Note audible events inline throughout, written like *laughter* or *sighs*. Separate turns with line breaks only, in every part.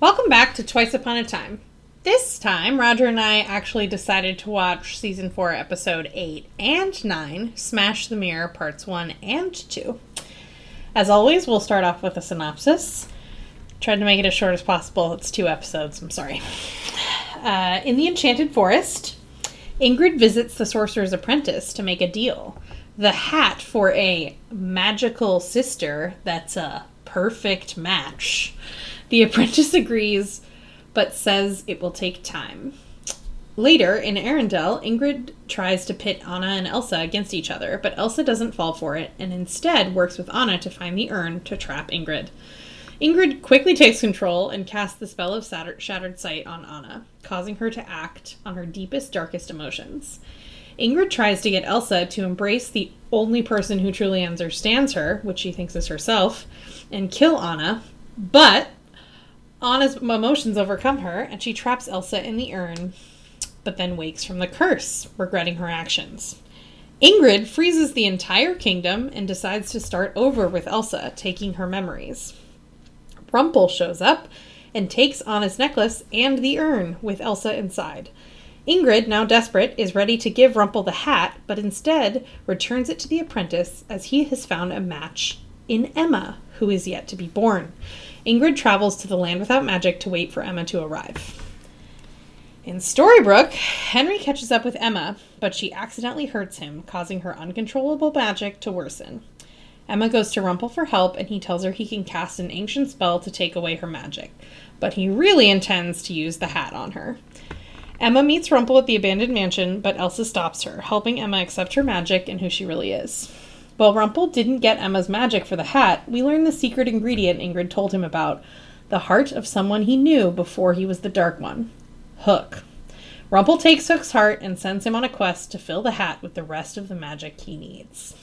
Welcome back to Twice Upon a Time. This time, Roger and I actually decided to watch season 4, episode 8 and 9, Smash the Mirror, parts 1 and 2. As always, we'll start off with a synopsis. Tried to make it as short as possible. It's two episodes, I'm sorry. Uh, in the Enchanted Forest, Ingrid visits the sorcerer's apprentice to make a deal. The hat for a magical sister that's a perfect match. The apprentice *laughs* agrees, but says it will take time. Later, in Arendelle, Ingrid tries to pit Anna and Elsa against each other, but Elsa doesn't fall for it and instead works with Anna to find the urn to trap Ingrid. Ingrid quickly takes control and casts the spell of Satter- Shattered Sight on Anna, causing her to act on her deepest, darkest emotions. Ingrid tries to get Elsa to embrace the only person who truly understands her, which she thinks is herself, and kill Anna, but Anna's emotions overcome her and she traps Elsa in the urn, but then wakes from the curse, regretting her actions. Ingrid freezes the entire kingdom and decides to start over with Elsa, taking her memories. Rumpel shows up and takes Anna's necklace and the urn with Elsa inside. Ingrid, now desperate, is ready to give Rumpel the hat, but instead returns it to the apprentice as he has found a match in Emma, who is yet to be born. Ingrid travels to the land without magic to wait for Emma to arrive. In Storybrooke, Henry catches up with Emma, but she accidentally hurts him, causing her uncontrollable magic to worsen. Emma goes to Rumpel for help, and he tells her he can cast an ancient spell to take away her magic, but he really intends to use the hat on her. Emma meets Rumpel at the abandoned mansion, but Elsa stops her, helping Emma accept her magic and who she really is. While Rumpel didn't get Emma's magic for the hat, we learn the secret ingredient Ingrid told him about the heart of someone he knew before he was the Dark One Hook. Rumpel takes Hook's heart and sends him on a quest to fill the hat with the rest of the magic he needs.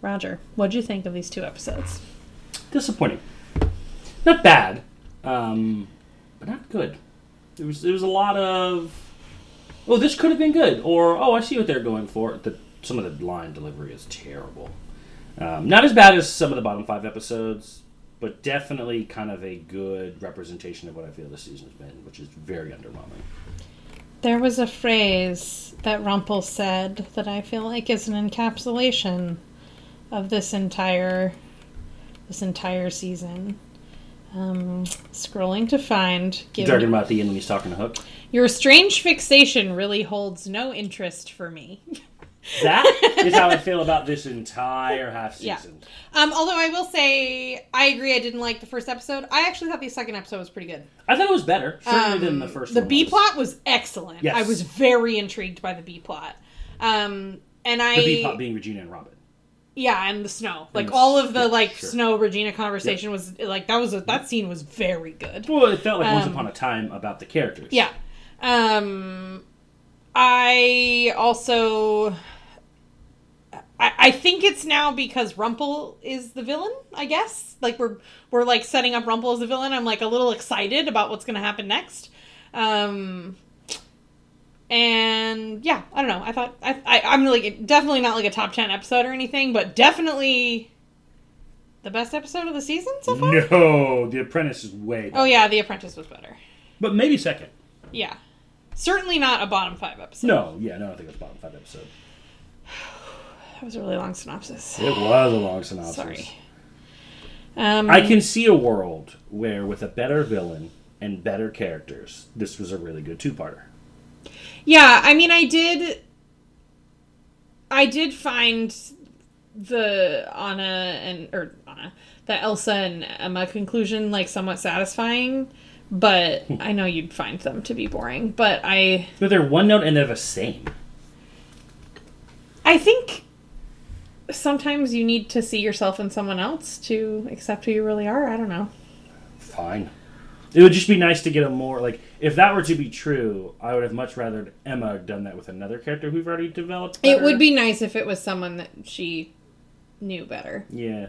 Roger, what'd you think of these two episodes?
disappointing. Not bad, um, but not good. It was it was a lot of oh this could have been good or oh I see what they're going for. The, some of the line delivery is terrible. Um, not as bad as some of the bottom five episodes, but definitely kind of a good representation of what I feel this season has been, which is very underwhelming.
There was a phrase that Rumpel said that I feel like is an encapsulation of this entire this entire season. Um, scrolling to find
You
give
talking
me,
about the end when he's talking to Hook?
your strange fixation really holds no interest for me. *laughs*
That is how I feel about this entire half
Yeah.
season.
Um, although I will say I agree I didn't like the first episode. I actually thought the second episode was pretty good.
I thought it was better, certainly than the first.
Um, The
one
B
was.
plot was excellent.
Yes.
I was very intrigued by the B plot. Um, and I
the B plot being Regina and Robin.
Yeah, and the snow. Like
the
all of the
s- yeah,
like
sure.
snow Regina conversation was like that was a, that scene was very good.
Well, it felt like Once
Um,
Upon a Time about the characters.
Yeah. Um I also I, I think it's now because Rumple is the villain, I guess. Like we're we're like setting up Rumple as the villain. I'm like a little excited about what's gonna happen next. Um and yeah, I don't know. I thought I, I I'm like definitely not like a top ten episode or anything, but definitely the best episode of the season so far.
No, The Apprentice is way. Better.
Oh yeah, The Apprentice was better.
But maybe second.
Yeah, certainly not a bottom five episode.
No, yeah, no, I think it was bottom five episode.
That was a really long synopsis.
It was a long synopsis.
Sorry. Um,
I can see a world where, with a better villain and better characters, this was a really good two-parter.
yeah, I mean, I did. I did find the Anna and or Anna, the Elsa and Emma conclusion like somewhat satisfying, but I know you'd find them to be boring. But I,
But they're one note and they're the same.
I think sometimes you need to see yourself in someone else to accept who you really are. I don't know.
Fine. It would just be nice to get a more like if that were to be true, I would have much rather Emma done that with another character we've already developed.
It
better.
would be nice if it was someone that she knew better.
Yeah.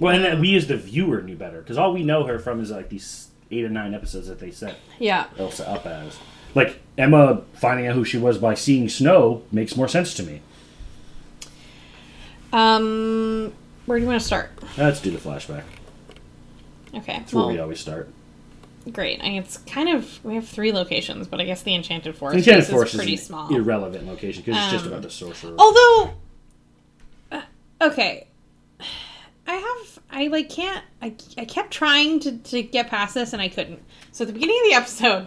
Well, and that we as the viewer knew better because all we know her from is like these eight or nine episodes that they set
Yeah.
Elsa up as. Like Emma finding out who she was by seeing snow makes more sense to me.
Um, where do you want to start?
Let's do the flashback.
Okay.
That's where we
Well,
always start.
great. I mean, it's kind of we have three locations, but I guess the Enchanted Forest,
Enchanted
place
Forest
is
is e-
pretty
an
small.
irrelevant location because it's just
Um,
about the sorcerer.
Although, uh, okay, I have I like can't I I kept trying to to get past this and I couldn't. So at the beginning of the episode,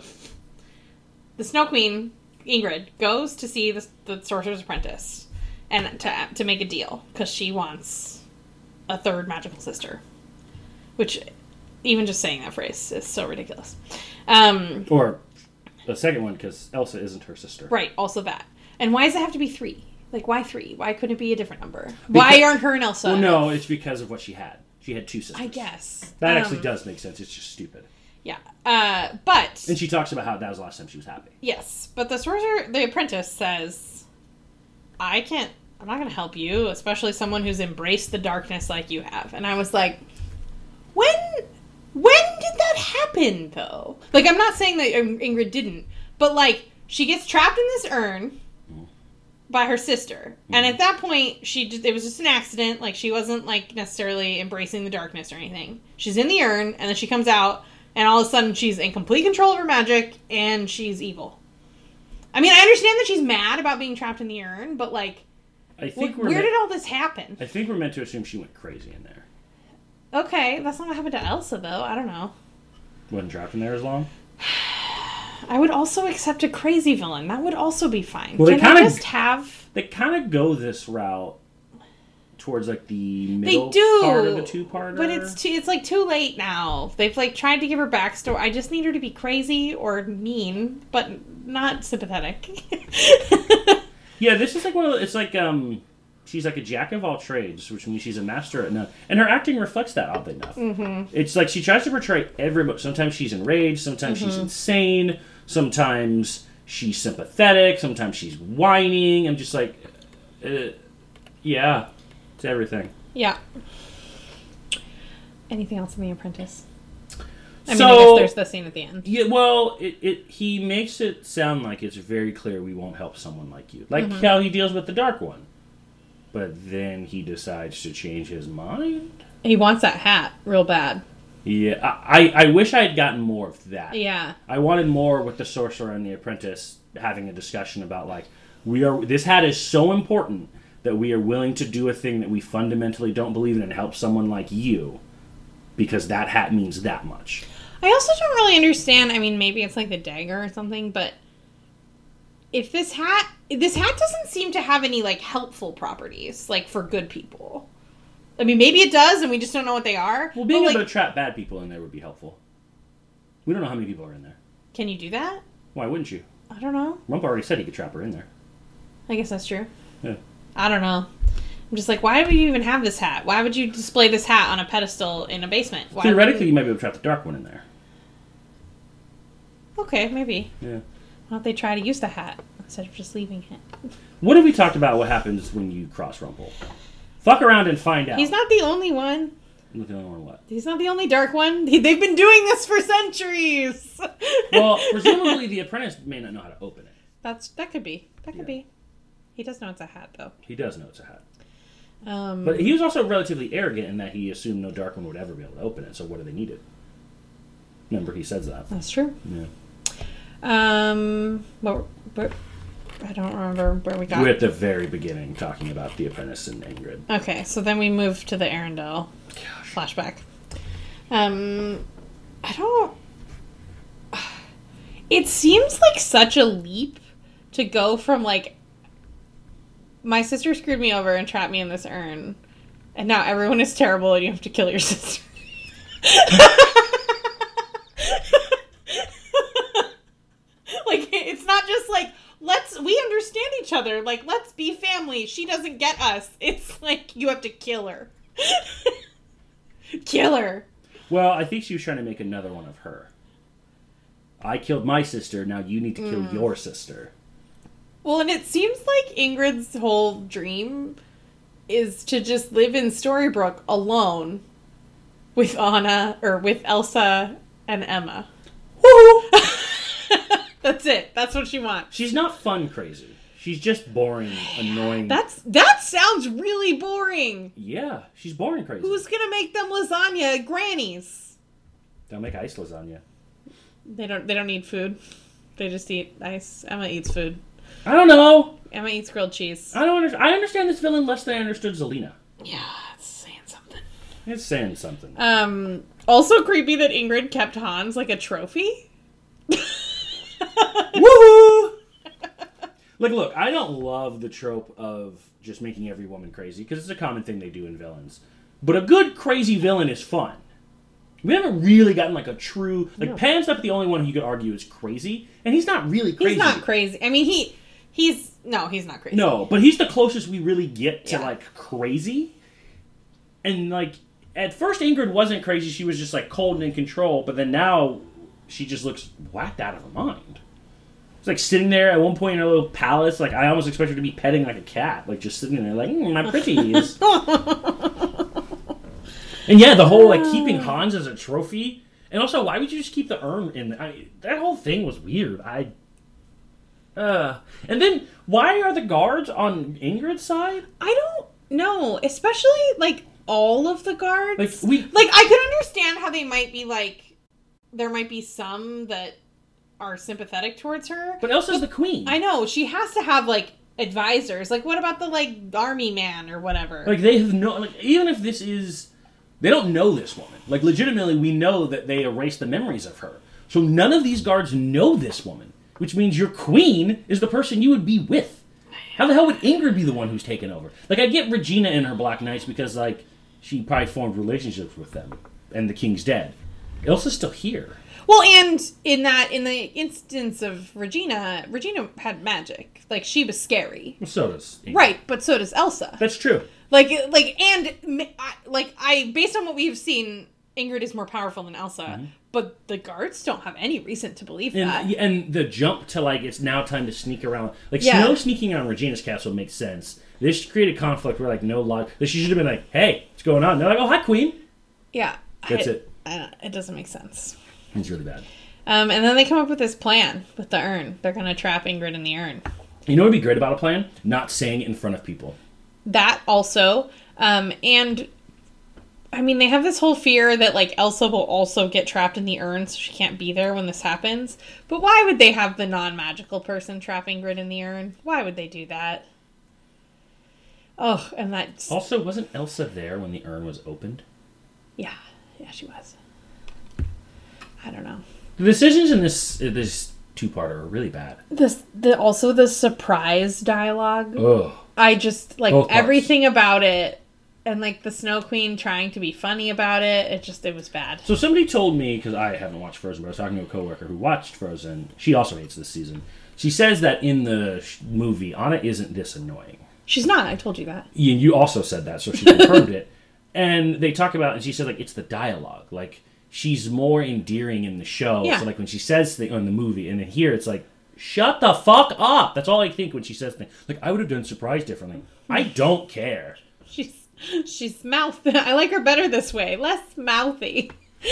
the Snow Queen Ingrid goes to see the, the Sorcerer's Apprentice and to to make a deal because she wants a third magical sister, which even just saying that phrase is so ridiculous. Um,
Or the second one because Elsa isn't her sister.
Right, also that. And why does it have to be three? Like, why three? Why couldn't it be a different number? why aren't her and Elsa?
Well, Oh, no, it's because of what she had. She had two sisters.
I guess.
That
Um,
actually does make sense. It's just stupid.
Yeah. Uh, but,
And she talks about how that was the last time she was happy.
yes, but the sorcerer, the apprentice says, I can't, I'm not going to help you, especially someone who's embraced the darkness like you have. And I was like, when, when did that happen, though? Like, I'm not saying that um, Ingrid didn't, but like, she gets trapped in this urn. by her sister. And
Mm-hmm.
at that point, she just, it was just an accident. Like she wasn't like necessarily embracing the darkness or anything. She's in the urn, and then she comes out, and all of a sudden she's in complete control of her magic, and she's evil. I mean, I understand that she's mad about being trapped in the urn, but like,
I
wh-
think we're.
where
meant-
did all this happen?
I think we're meant to assume she went crazy in there.
Okay, that's not what happened to Elsa though. I don't know.
Wasn't trapped in there as long.
I would also accept a crazy villain. That would also be fine.
Well, they
Can I
kinda-
just have?
They kind of go this route towards like the middle
do,
part of the two-parter.
But it's too, it's like too late now. They've like tried to give her backstory. I just need her to be crazy or mean, but not sympathetic. *laughs*
yeah. This is like one of the, it's like um. She's like a jack of all trades, which means she's a master at none. And her acting reflects that, oddly enough. Mm-hmm. It's like she tries to portray every. mo- Sometimes she's enraged. Sometimes
Mm-hmm.
she's insane. Sometimes she's sympathetic. Sometimes she's whining. I'm just like, uh, yeah, it's everything.
yeah. Anything else in The Apprentice? I mean, I
So-
guess there's the scene at the end.
Yeah, well, it, it he makes it sound like it's very clear we won't help someone like you, like how he deals with the dark one. But then he decides to change his mind.
He wants that hat real bad.
Yeah, I, I, I wish I had gotten more of that.
Yeah.
I wanted more with the sorcerer and the apprentice having a discussion about like we are this hat is so important that we are willing to do a thing that we fundamentally don't believe in and help someone like you because that hat means that much.
I also don't really understand. I mean, maybe it's like the dagger or something, but if this hat, this hat doesn't seem to have any like helpful properties, like for good people. I mean, maybe it does, and we just don't know what they are.
Well, being
but,
able
like,
to trap bad people in there would be helpful. We don't know how many people are in there.
can you do that?
Why wouldn't you?
I don't know.
Rump already said he could trap her in there.
I guess that's true.
Yeah.
I don't know. I'm just like, why would you even have this hat? Why would you display this hat on a pedestal in a basement? Why would
Theoretically,
you-
you might be able to trap the dark one in there.
okay, maybe.
Yeah.
Why don't they try to use the hat instead of just leaving it?
What have we talked about? What happens when you cross Rumple? Fuck around and find out.
He's not the only one.
Look, the only
*laughs*
one what?
He's not the only dark one. *laughs* They- They've been doing this for centuries. *laughs*
Well, presumably the apprentice may not know how to open it.
That's that could be. That could
Yeah.
be. He does know it's a hat though.
He does know it's a hat,
Um,
but he was also relatively arrogant in that he assumed no dark one would ever be able to open it. So what do they need it? Remember, he says that.
that's true.
Yeah.
Um, but, but I don't remember where we got.
We're at the very beginning talking about the apprentice and Ingrid.
Okay, so then we move to the Arendelle flashback. Um, I don't. It seems like such a leap to go from like my sister screwed me over and trapped me in this urn, and now everyone is terrible and you have to kill your *laughs* sister. *laughs* like it's not just like let's we understand each other like let's be family she doesn't get us it's like you have to kill her *laughs* kill her
Well, I think she was trying to make another one of her. I killed my sister. Now you need to kill your sister.
well and it seems like ingrid's whole dream is to just live in storybrooke alone with anna or with elsa and emma *laughs* that's it that's what she wants
She's not fun crazy. She's just boring, annoying.
that's that sounds really boring
yeah, she's boring crazy.
who's gonna make them lasagna at grannies
Don't make ice lasagna.
They don't. They don't need food. They just eat ice. Emma eats food.
I don't know.
Emma eats grilled cheese.
I don't. Under- I understand this villain less than I understood Zelina.
Yeah, it's saying something.
It's saying something.
Um. Also creepy that Ingrid kept Hans like a trophy. *laughs*
Woohoo! Look, look, I don't love the trope of just making every woman crazy because it's a common thing they do in villains. But a good crazy villain is fun. We haven't really gotten like a true like Pan's not the only one who you could argue is crazy, and he's not really crazy.
He's not crazy. I mean, he. He's no. He's not crazy.
No, but he's the closest we really get to
Yeah.
like crazy. And like at first, Ingrid wasn't crazy; she was just like cold and in control. But then now, she just looks whacked out of her mind. It's like sitting there at one point in her little palace. Like I almost expect her to be petting like a cat, like just sitting there, like mm,
*laughs*
my pretties. and yeah, the whole like keeping Hans as a trophy. And also, why would you just keep the urn in? I, that whole thing was weird. I uh, and then why are the guards on Ingrid's side?
I don't know, especially like all of the guards.
Like we
Like I could understand how they might be like there might be some that are sympathetic towards her.
but Elsa's the queen.
I know she has to have like advisors. Like what about the like army man or whatever?
like they have no like even if this is they don't know this woman. Like legitimately we know that they erased the memories of her. So none of these guards know this woman, which means your queen is the person you would be with. How the hell would Ingrid be the one who's taken over? Like I get Regina and her Black Knights because like she probably formed relationships with them and the king's dead. Elsa's still here.
well, and in that in the instance of Regina, Regina had magic. Like she was scary.
So does Ingrid.
Right, but so does Elsa.
That's true.
Like like and m- I, like I based on what we've seen Ingrid is more powerful than Elsa, but the guards don't have any reason to believe
Mm-hmm. And,
that.
and the jump to like it's now time to sneak around like
Yeah.
snow sneaking on Regina's castle makes sense. This created conflict where like no log. Like, she should have been like, "Hey, what's going on?" And they're like, "Oh, hi, Queen."
Yeah.
That's
I-
it.
I don't, it doesn't make sense.
It's really bad.
Um, and then they come up with this plan with the urn. They're going to trap Ingrid in the urn.
You know what would be great about a plan? Not saying it in front of people.
That also. Um, and I mean, they have this whole fear that like Elsa will also get trapped in the urn, so she can't be there when this happens. But why would they have the non-magical person trap Ingrid in the urn? Why would they do that? Oh, and that's
Also, wasn't Elsa there when the urn was opened?
yeah, yeah, she was. I don't know.
The decisions in this uh, this two parter are really bad.
This the also the surprise dialogue.
Ugh.
I just like
Oh. Both parts.
everything about it and like the Snow Queen trying to be funny about it. It just it was bad.
So somebody told me because I haven't watched Frozen, but I was talking to a coworker who watched Frozen. She also hates this season. She says that in the sh- movie, Anna isn't this annoying.
She's not. I told you that. *laughs*
you, you also said that, so she confirmed it. And they talk about, and she said like it's the dialogue, like she's more endearing in the show.
Yeah.
So like when she says thing on the movie, and then here it's like, shut the fuck up. That's all I think when she says things. Like I would have done surprise differently. I don't care.
She's she's mouth. *laughs* I like her better this way. Less mouthy. *laughs* no,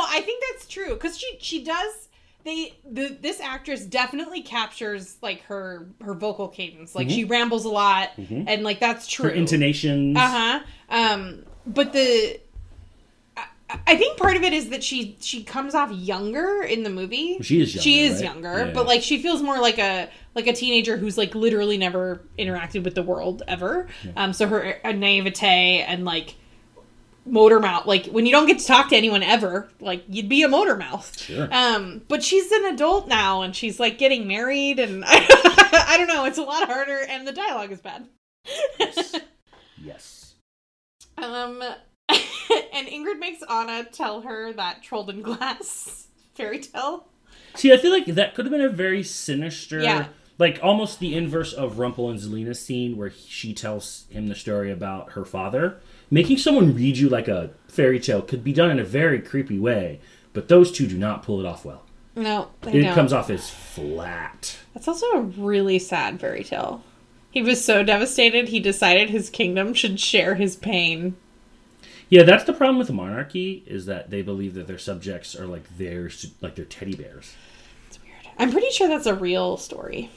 I think that's true because she she does. They the, this actress definitely captures like her her vocal cadence. Like she rambles a lot, and like that's true.
Her intonations.
Uh huh. Um, but the I- I think part of it is that she she comes off younger in the movie.
She is younger,
She is
right?
younger,
Yeah.
but like she feels more like a like a teenager who's like literally never interacted with the world ever. Um, so her uh, naivete and like motor mouth, like when you don't get to talk to anyone ever, like you'd be a motor mouth.
Sure.
Um, but she's an adult now, and she's like getting married, and *laughs* I don't know. It's a lot harder, and the dialogue is bad.
yes. yes.
Um, *laughs* and Ingrid makes Anna tell her that trolled in glass *laughs* fairy tale.
See, I feel like that could have been a very sinister,
Yeah.
like almost the inverse of Rumpel and Zelina's scene where she tells him the story about her father. Making someone read you like a fairy tale could be done in a very creepy way, but those two do not pull it off well.
No, they
It
don't.
comes off as flat.
That's also a really sad fairy tale. He was so devastated, he decided his kingdom should share his pain.
Yeah, that's the problem with the monarchy is that they believe that their subjects are like their like their teddy bears.
It's weird. I'm pretty sure that's a real story.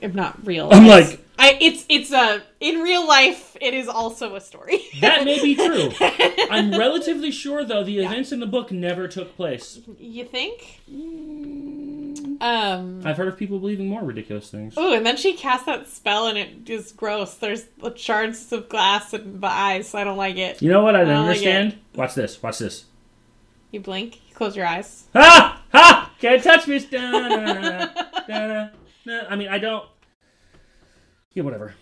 if not real.
I'm
it's-
like-
I, it's it's a in real life. It is also a story. *laughs*
That may be true. I'm relatively sure, though, the events in the book never took place.
you think? Um.
I've heard of people believing more ridiculous things.
Ooh, and then she casts that spell, and it is gross. There's shards of glass in the eyes. So I don't like it.
You know what I don't
I like it.
understand? Watch this. Watch this.
You blink. You close your eyes.
Ah! Ha! Can't touch me! Da-na-na-na-na. Da-na-na. I mean, I don't. Yeah, whatever.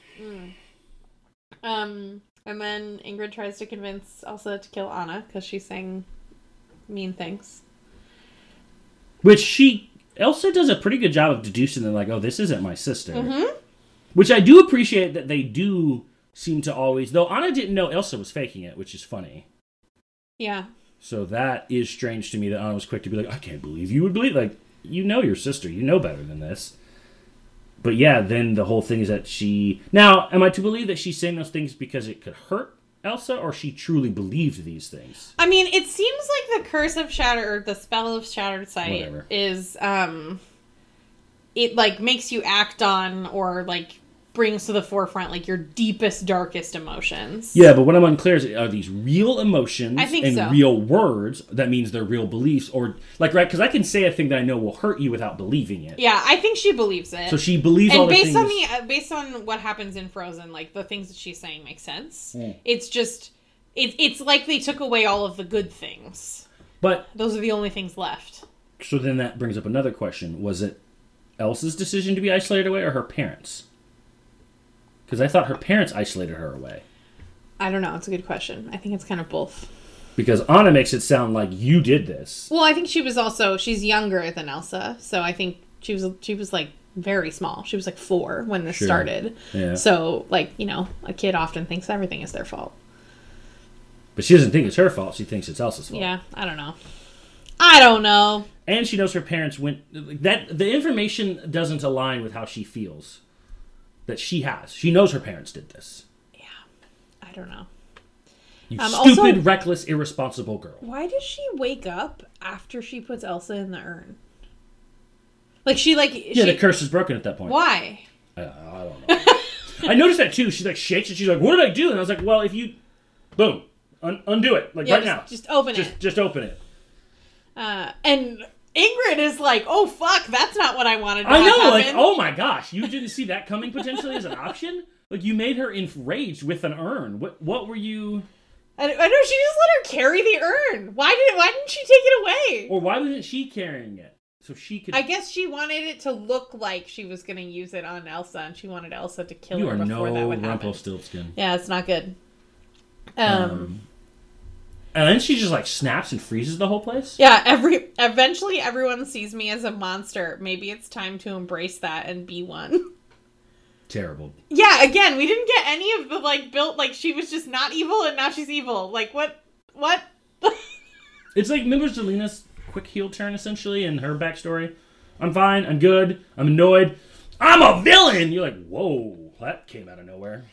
Um, and then Ingrid tries to convince Elsa to kill Anna because she's saying mean things.
Which she. Elsa does a pretty good job of deducing that, like, oh, this isn't my sister. Which I do appreciate that they do seem to always. Though Anna didn't know Elsa was faking it, which is funny.
Yeah.
So that is strange to me that Anna was quick to be like, I can't believe you would believe like you know your sister, you know better than this. But yeah, then the whole thing is that she now am I to believe that she's saying those things because it could hurt Elsa, or she truly believed these things?
I mean, it seems like the curse of shatter, or the spell of shattered sight,
Whatever.
is um, it like makes you act on or like brings to the forefront like your deepest, darkest emotions.
Yeah, but what I'm unclear is are these real emotions
I think
and
so.
real words? That means they're real beliefs, or like right? Because I can say a thing that I know will hurt you without believing it.
Yeah, I think she believes it.
So she believes all
and
the
based
things.
on the uh, based on what happens in Frozen, like the things that she's saying make sense.
Hmm.
It's just it, it's like they took away all of the good things.
but
Those are the only things left.
So then that brings up another question: Was it Elsa's decision to be isolated away, or her parents? Because I thought her parents isolated her away.
I don't know. It's a good question. I think it's kind of both.
Because Anna makes it sound like you did this.
Well, I think she was also she's younger than Elsa, so I think she was she was like very small. She was like four when this
Sure.
started.
Yeah.
So like you know, a kid often thinks everything is their fault.
But she doesn't think it's her fault. She thinks it's Elsa's fault.
Yeah, I don't know. I don't know.
And she knows her parents went. That the information doesn't align with how she feels. That she has. She knows her parents did this.
Yeah, I don't know.
You
Um, also-
stupid, reckless, irresponsible girl.
Why does she wake up after she puts Elsa in the urn? Like she like
Yeah,
she,
the curse is broken at that point.
why?
I, I don't know. I noticed that too. She like shakes and she's like, "What did I do?" And I was like, "Well, if you, boom, un- undo it like
Yeah,
right
just,
now,
just open
just
it.
just open it."
Uh, and Ingrid is like, "Oh fuck, that's not what I wanted." To
I
have
know, like,
happen."
oh my gosh, you didn't see that coming potentially as an option. Like you made her enraged with an urn. What what were you,
I, I know she just let her carry the urn. Why did why didn't she take it away?
or why wasn't she carrying it so she could?
I guess she wanted it to look like she was going to use it on Elsa, and she wanted Elsa to kill
you
her
are
before that
no
would happen.
Rumpelstiltskin.
Yeah, it's not good. Um,
And then she just like snaps and freezes the whole place.
yeah, every eventually everyone sees me as a monster. Maybe it's time to embrace that and be one. *laughs*
Terrible.
Yeah, again, we didn't get any of the like built like she was just not evil and now she's evil. Like what what
It's like remember Zelina's quick heel turn essentially and her backstory. I'm fine. I'm good. I'm annoyed. I'm a villain. You're like, whoa, that came out of nowhere.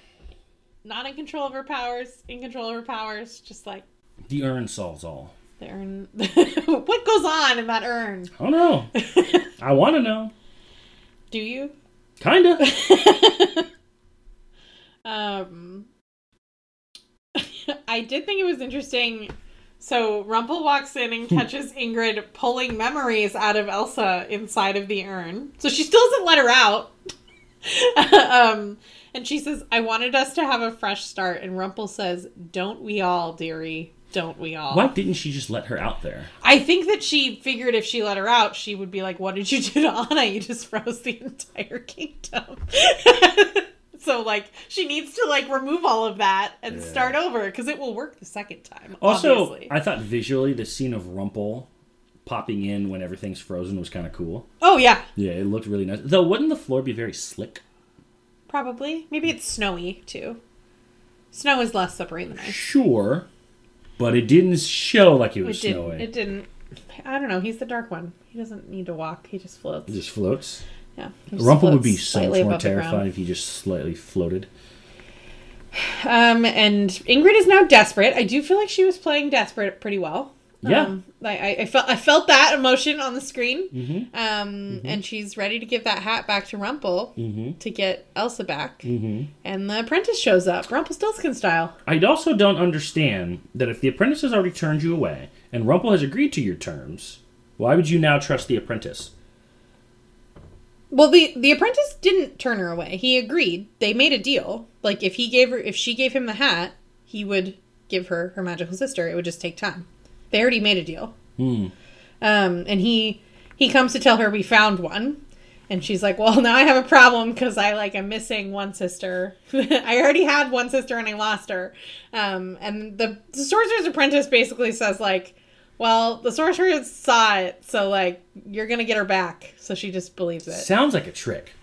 not in control of her powers, in control of her powers, just like
The urn solves all.
The urn. *laughs* what goes on in that urn?
I don't know. I want to know.
*laughs* Do you?
Kinda.
*laughs* Um, I did think it was interesting. So Rumple walks in and catches Ingrid pulling memories out of Elsa inside of the urn. So she still doesn't let her out. *laughs* um, and she says, "I wanted us to have a fresh start." And Rumple says, "Don't we all, dearie? Don't we all?"
Why didn't she just let her out there?
I think that she figured if she let her out, she would be like, "What did you do to *laughs* Anna? You just froze the entire kingdom." *laughs* so like, she needs to like remove all of that and
Yeah.
start over because it will work the second time.
Also,
obviously.
I thought visually the scene of Rumple popping in when everything's frozen was kind of cool.
oh yeah,
Yeah, it looked really nice. Though, wouldn't the floor be very slick?
probably. Maybe it's snowy too. Snow is less slippery than ice.
Sure, but it didn't show like it was
It
snowy.
didn't. It didn't. I don't know. He's the dark one. He doesn't need to walk. He just floats.
it just floats.
Yeah. he just
Rumple would be
floats
so
slightly
much more
above the ground.
terrified if he just slightly floated.
Um, and Ingrid is now desperate. I do feel like she was playing desperate pretty well.
Yeah.
Um, I, I, I felt I felt that emotion on the screen.
mm-hmm.
Um, and she's ready to give that hat back to Rumple
Mm-hmm.
to get Elsa back.
Mm-hmm.
And the apprentice shows up, Rumpelstiltskin style.
I also don't understand that if the apprentice has already turned you away and Rumpel has agreed to your terms, why would you now trust the apprentice?
Well, the the apprentice didn't turn her away. He agreed. They made a deal. Like if he gave her, if she gave him the hat, he would give her her magical sister. It would just take time. They already made a deal. Um, and he he comes to tell her we found one, and she's like, "Well, *laughs* now I have a problem because I like am missing one sister. *laughs* I already had one sister and I lost her." Um, and the, the sorcerer's apprentice basically says like. Well, the sorcerer saw it, so like you're gonna get her back. So she just believes it.
Sounds like a trick.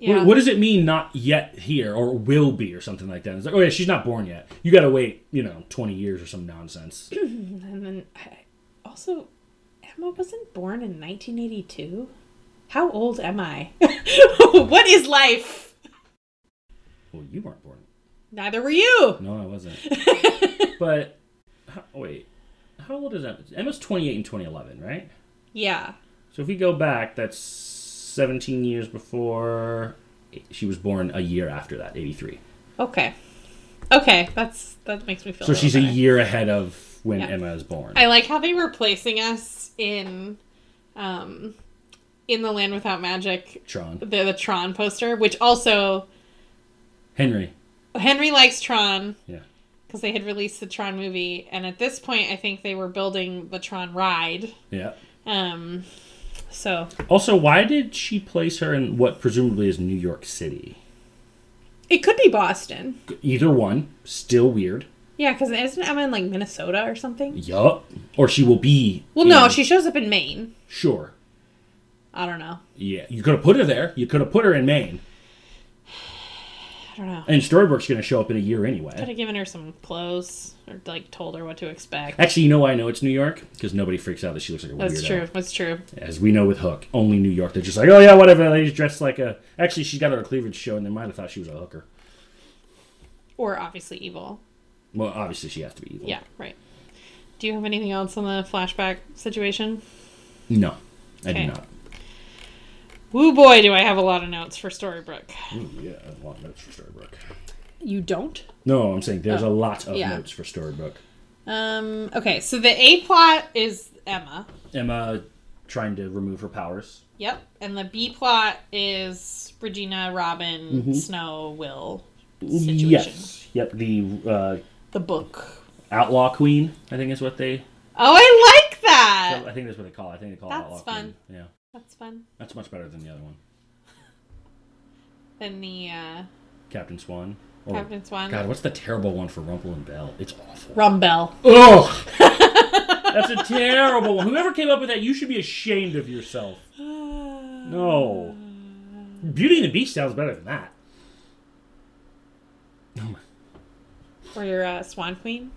Yeah.
What, what does it mean, not yet here or will be or something like that? It's like, oh yeah, she's not born yet. You got to wait, you know, twenty years or some nonsense.
*clears throat* and then I, also, Emma wasn't born in 1982. How old am I? *laughs* what is life?
well, you weren't born.
Neither were you.
No, I wasn't. but how, wait, how old is Emma? Emma's twenty eight in twenty eleven, right?
yeah.
So if we go back, that's seventeen years before she was born. A year after that, eighty three.
Okay. Okay. That's that makes me feel.
So
little
she's a
better.
year ahead of when
Yeah.
Emma is born.
I like how they were placing us in, um, in the Land Without Magic,
Tron.
the the Tron poster, which also
Henry.
Henry likes Tron.
Yeah.
Because they had released the Tron movie, and at this point, I think they were building the Tron ride.
Yeah.
Um, so
Also, why did she place her in what presumably is New York City?
it could be Boston.
Either one, still weird.
Yeah, because isn't Emma in like Minnesota or something?
Yup. Or she will be.
Well, no,
in-
she shows up in Maine.
Sure.
I don't know.
Yeah. You could have put her there. You could have put her in Maine.
I don't know.
And Storybrooke's going to show up in a year
Could
anyway.
have given her some clothes or like told her what to expect.
Actually, you know why I know it's New York? Because nobody freaks out that she looks like a
That's
weirdo.
true. That's true.
As we know with Hook, only New York. They're just like, oh yeah, whatever. They just dressed like a. Actually, she got her cleavage shown. They might have thought she was a hooker.
Or obviously evil.
Well, obviously she has to be evil.
Yeah, right. Do you have anything else on the flashback situation?
No, I
Okay.
do not.
Woo boy, do I have a lot of notes for Storybrooke.
Ooh, yeah, a lot of notes for Storybrooke.
You don't?
No, I'm saying there's a lot of
Oh. yeah.
notes for Storybrooke.
Um, okay, so the A plot is Emma.
Emma trying to remove her powers.
Yep. And the B plot is Regina, Robin, Snow, Will situation.
Yes. Yep. The uh,
The book.
outlaw queen. I think is what they.
Oh, I like that.
I think that's what they call. It. I think they call it
Uh, That's
outlaw
fun.
queen. Yeah,
That's fun.
that's much better than the other one.
Then the uh,
Captain Swan. Or,
Captain Swan.
Oh, God, what's the terrible one for Rumple and Bell? It's awful.
Rumbel. *laughs*
Ugh. that's a terrible one. Whoever came up with that, you should be ashamed
*sighs*
of yourself. No. Beauty and the Beast sounds better than that.
Or your uh, Swan Queen,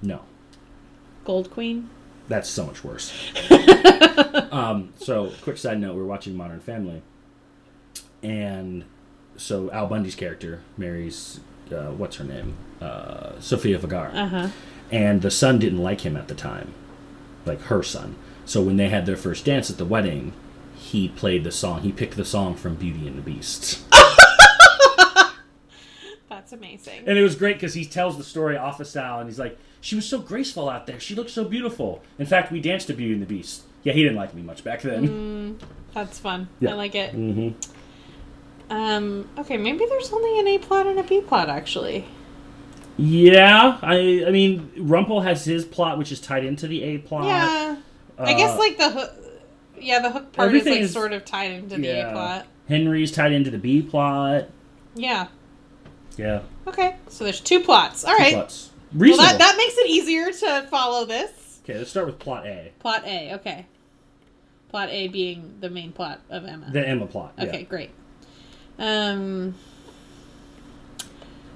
No,
Gold Queen.
that's so much worse. um, so, quick side note: we were watching Modern Family, and so Al Bundy's character marries uh, what's her name, uh, Sophia Vergara,
Uh huh.
and the son didn't like him at the time, like her son. So when they had their first dance at the wedding, he played the song. He picked the song from Beauty and the Beast.
That's amazing.
And it was great because he tells the story off of Sal, and he's like, "She was so graceful out there. She looked so beautiful. In fact, we danced to Beauty and the Beast." Yeah, he didn't like me much back then.
That's fun.
Yeah.
I like it.
Mm-hmm.
Um. Okay, maybe there's only an A plot and a B plot actually.
Yeah, I, I mean, Rumpel has his plot, which is tied into the A plot.
yeah. I guess like the hook. Yeah, the hook part is
uh, everything
like
is-
sort of tied into the A plot.
Henry's tied into the B plot.
Yeah.
Yeah,
Okay. So there's two plots. All right.
plots.
Well,
Reasonable.
that, that makes it easier to follow this.
Okay, let's start with plot A,
Plot A, okay. Plot A being the main plot of Emma.
the Emma plot. yeah.
okay, great. Um,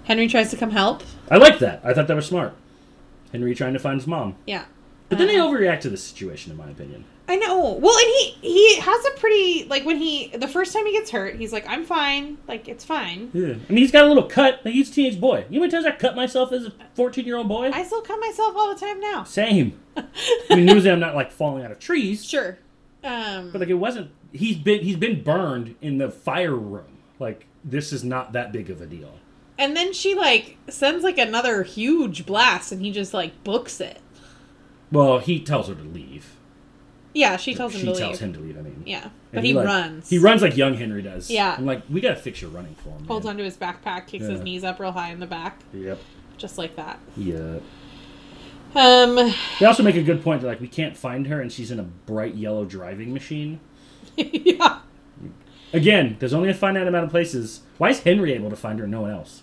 Henry tries to come help.
I like that. I thought that was smart. Henry trying to find his mom.
Yeah.
But then they overreact to the situation, in my opinion.
I know. Well, and he he has a pretty like when he the first time he gets hurt, he's like, "I'm fine. Like it's fine.
Yeah. I mean, he's got a little cut. Like, he's a teenage boy. You know how many times I cut myself as a 14 year old boy?
I still cut myself all the time now." *laughs*
Same. I mean, usually I'm not like falling out of trees,
Sure. Um,
but like it wasn't. He's been he's been burned in the fire room. Like this is not that big of a deal.
and then she like sends like another huge blast, and he just like books it.
Well, he tells her to leave.
Yeah, she tells him
she
to
tells
leave.
him to leave. I mean,
Yeah,
And
but he,
like-
runs.
He runs like young Henry does.
Yeah.
I'm like, we gotta fix your running form.
Holds
man.
onto his backpack, kicks his
Yeah.
knees up real high in the back,
Yep.
just like that.
Yeah.
Um, *laughs*
They also make a good point that like we can't find her and she's in a bright yellow driving machine.
yeah.
Again, there's only a finite amount of places. Why is Henry able to find her and no one else?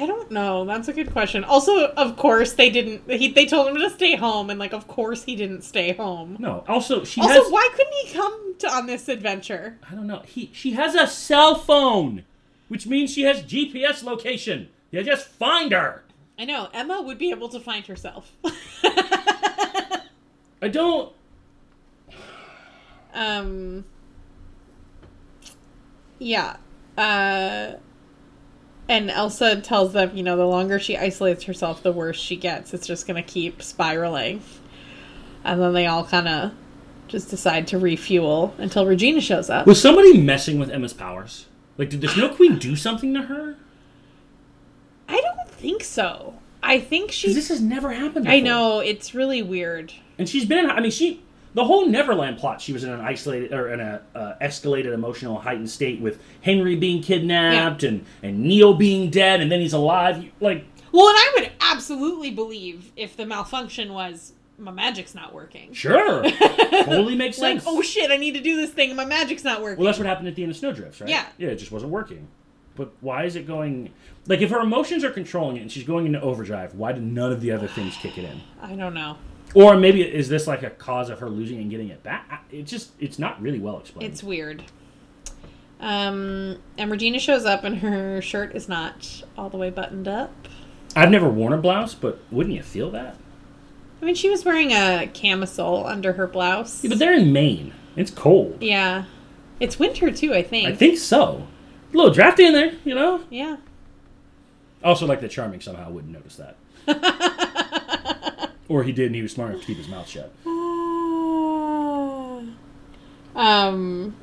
I don't know. That's a good question. Also, of course, they didn't. He, they told him to stay home, and like, of course, he didn't stay home.
No. Also, she
Also,
has.
why couldn't he come to, on this adventure?
I don't know. He she has a cell phone, which means she has GPS location. Yeah, just find her.
I know Emma would be able to find herself. *laughs*
I don't.
um, yeah. Uh, and Elsa tells them, you know, the longer she isolates herself, the worse she gets. It's just going to keep spiraling. And then they all kind of just decide to refuel until Regina shows up.
Was somebody messing with Emma's powers? Like, did the Snow Queen do something to her?
I don't think so. I think she.
Because this has never happened. Before.
I know it's really weird.
And she's been. In, I mean, she. The whole Neverland plot. She was in an isolated or in a uh, escalated emotional heightened state with Henry being kidnapped and and Neil being dead, and then he's alive. You- Like,
Well, and I would absolutely believe if the malfunction was my magic's not working.
sure,
*laughs*
totally makes
Like,
sense.
oh shit, I need to do this thing. and My magic's not working.
Well, that's what happened at the end of Snowdrifts, right?
Yeah.
Yeah, it just wasn't working. But why is it going? Like, if her emotions are controlling it and she's going into overdrive, why did none of the other things kick it in?
I don't know.
Or maybe is this like a cause of her losing and getting it back? I- It's just it's not really well explained.
It's weird. Um, and Regina shows up, and her shirt is not all the way buttoned up.
I've never worn a blouse, but wouldn't you feel that?
I mean, she was wearing a camisole under her blouse.
Yeah, but they're in Maine. It's cold.
yeah, it's winter too. I think.
I think so. A little drafty in there, you know.
Yeah.
Also, like the charming somehow wouldn't notice
*laughs*
that, or he did, and he was smart enough to keep his mouth shut.
Ah. um,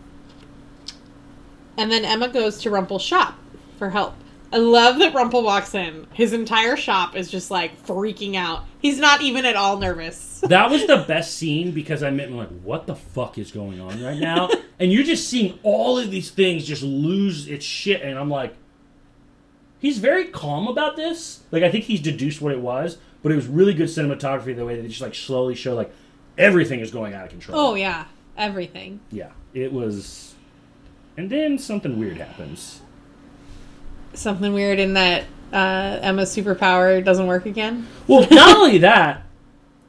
and then Emma goes to Rumple's shop for help. I love that Rumple walks in. His entire shop is just like freaking out. He's not even at all nervous. *laughs*
That was the best scene because I meant like, what the fuck is going on right now? And you're just seeing all of these things just lose its shit, and I'm like, he's very calm about this. Like I think he's deduced what it was, but it was really good cinematography the way they just like slowly show like everything is going out of control.
Oh yeah, everything.
yeah, it was. And then something weird happens.
Something weird in that uh, Emma's superpower doesn't work again.
Well, not only that,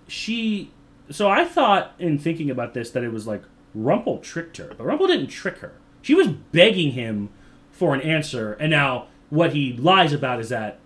she. So I thought in thinking about this that it was like Rumple tricked her, but Rumple didn't trick her. She was begging him for an answer, and now what he lies about is that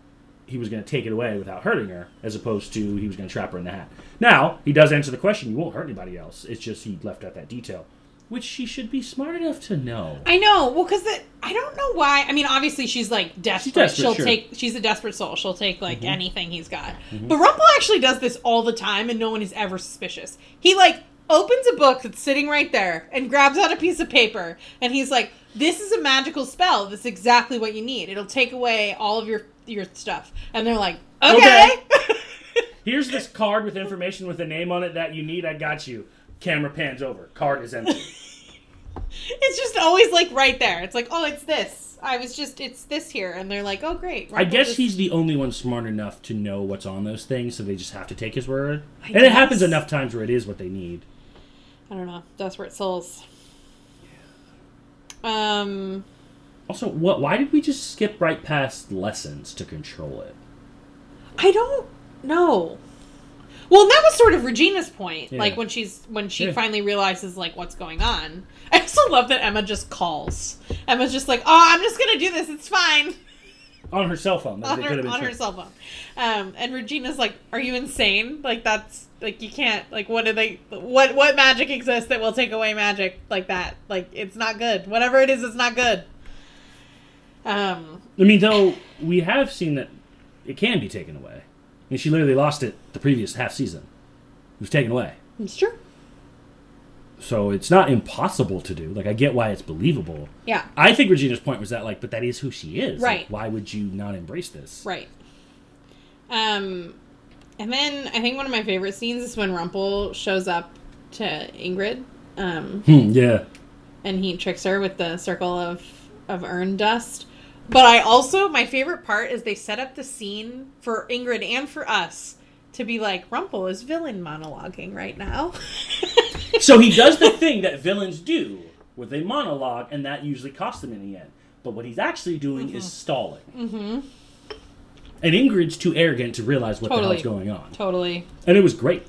he was going to take it away without hurting her, as opposed to he was going to trap her in the hat. Now he does answer the question. You won't hurt anybody else. It's just he left out that detail, which she should be smart enough to know.
I know. Well, because I don't know why. I mean, obviously she's like desperate.
desperate,
She'll
sure.
take. She's a desperate soul. She'll take like anything he's got. But Rumple actually does this all the time, and no one is ever suspicious. He like opens a book that's sitting right there and grabs out a piece of paper, and he's like, "This is a magical spell. That's exactly what you need. It'll take away all of your your stuff." And they're like, "Okay." *laughs*
Here's this card with information with a name on it that you need. I got you. Camera pans over. Card is empty.
it's just always like right there. It's like, "Oh, it's this." I was just, it's this here, and they're like, "Oh, great."
I
Rumple
guess
just-
he's the only one smart enough to know what's on those things, so they just have to take his word.
I
and it happens
guess.
enough times where it is what they need.
I don't know. Desperate Souls. Um,
Also, what? Why did we just skip right past lessons to control it?
I don't know. Well, that was sort of Regina's point.
Yeah.
Like when she's when she
Yeah.
finally realizes like what's going on. *laughs* I also love that Emma just calls. Emma's just like, "Oh, I'm just gonna do this. It's fine."
on her cell phone. That
on
it could
her,
have been
on her
true.
cell phone. Um, and Regina's like, "Are you insane? Like that's like you can't like what do they what what magic exists that will take away magic like that? Like it's not good. Whatever it is, it's not good." Um,
I mean, though we have seen that it can be taken away. I mean, she literally lost it the previous half season. It was taken away,
it's true.
so it's not impossible to do. Like, I get why it's believable.
Yeah,
I think Regina's point was that, like, but that is who she is. Like,
Right.
why would you not embrace this?
right. Um, and then I think one of my favorite scenes is when Rumple shows up to Ingrid. Um,
Hmm, yeah.
and he tricks her with the circle of of urn dust. But I also my favorite part is they set up the scene for Ingrid and for us to be like Rumple is villain monologuing right now. *laughs*
So he does the thing that villains do, where they monologue, and that usually costs them in the end. But what he's actually doing is stalling. Mm-hmm. And Ingrid's too arrogant to realize what
Totally.
the hell's going on.
totally.
And it was great.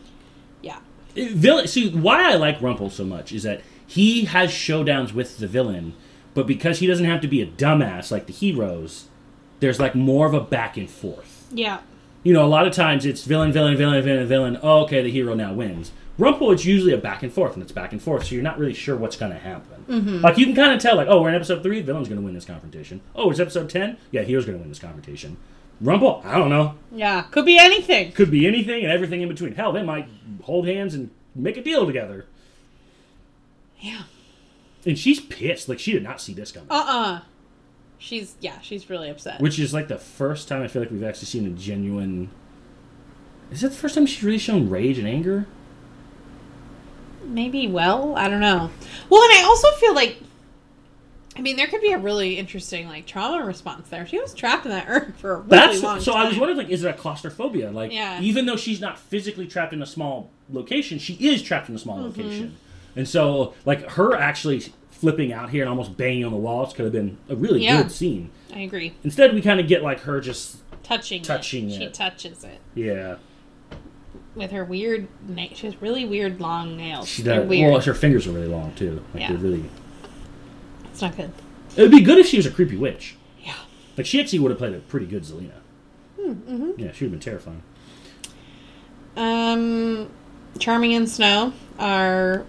Yeah.
It- villain. See, why I like Rumple so much is that he has showdowns with the villain, but because he doesn't have to be a dumbass like the heroes, there's like more of a back and forth.
Yeah.
You know, a lot of times it's villain, villain, villain, villain, villain. Oh, okay, the hero now wins. Rumple, it's usually a back and forth, and it's back and forth, so you're not really sure what's going to happen. Like, you can kind of tell, like, oh, we're in episode three, villain's going to win this confrontation. Oh, it's episode 10, yeah, hero's going to win this confrontation. Rumple, I don't know.
Yeah. Could be anything.
Could be anything and everything in between. Hell, they might hold hands and make a deal together.
Yeah.
And she's pissed. Like, she did not see this coming.
Uh uh She's yeah, she's really upset.
Which is, like, the first time I feel like we've actually seen a genuine. Is that the first time she's really shown rage and anger?
Maybe well, I don't know. Well, and I also feel like I mean, there could be a really interesting like trauma response there. She was trapped in that urn for a really
That's
long
so.
time.
I was wondering, like, is it a claustrophobia? Like,
Yeah.
even though she's not physically trapped in a small location, she is trapped in a small
Mm-hmm.
location, and so like her actually flipping out here and almost banging on the walls could have been a really
Yeah.
good scene.
I agree.
Instead, we kind of get like her just
touching
Touching
it. She
it.
touches it
yeah.
with her weird. Na- she has really weird long nails.
She
They're
does.
weird.
Well, her fingers are really long too. Like
Yeah.
they're really.
it's not good.
It would be good if she was a creepy witch.
Yeah.
Like she actually would have played a pretty good Zelina.
Hmm,
Mm-hmm. Yeah, she would have been terrifying.
Um, Charming and Snow are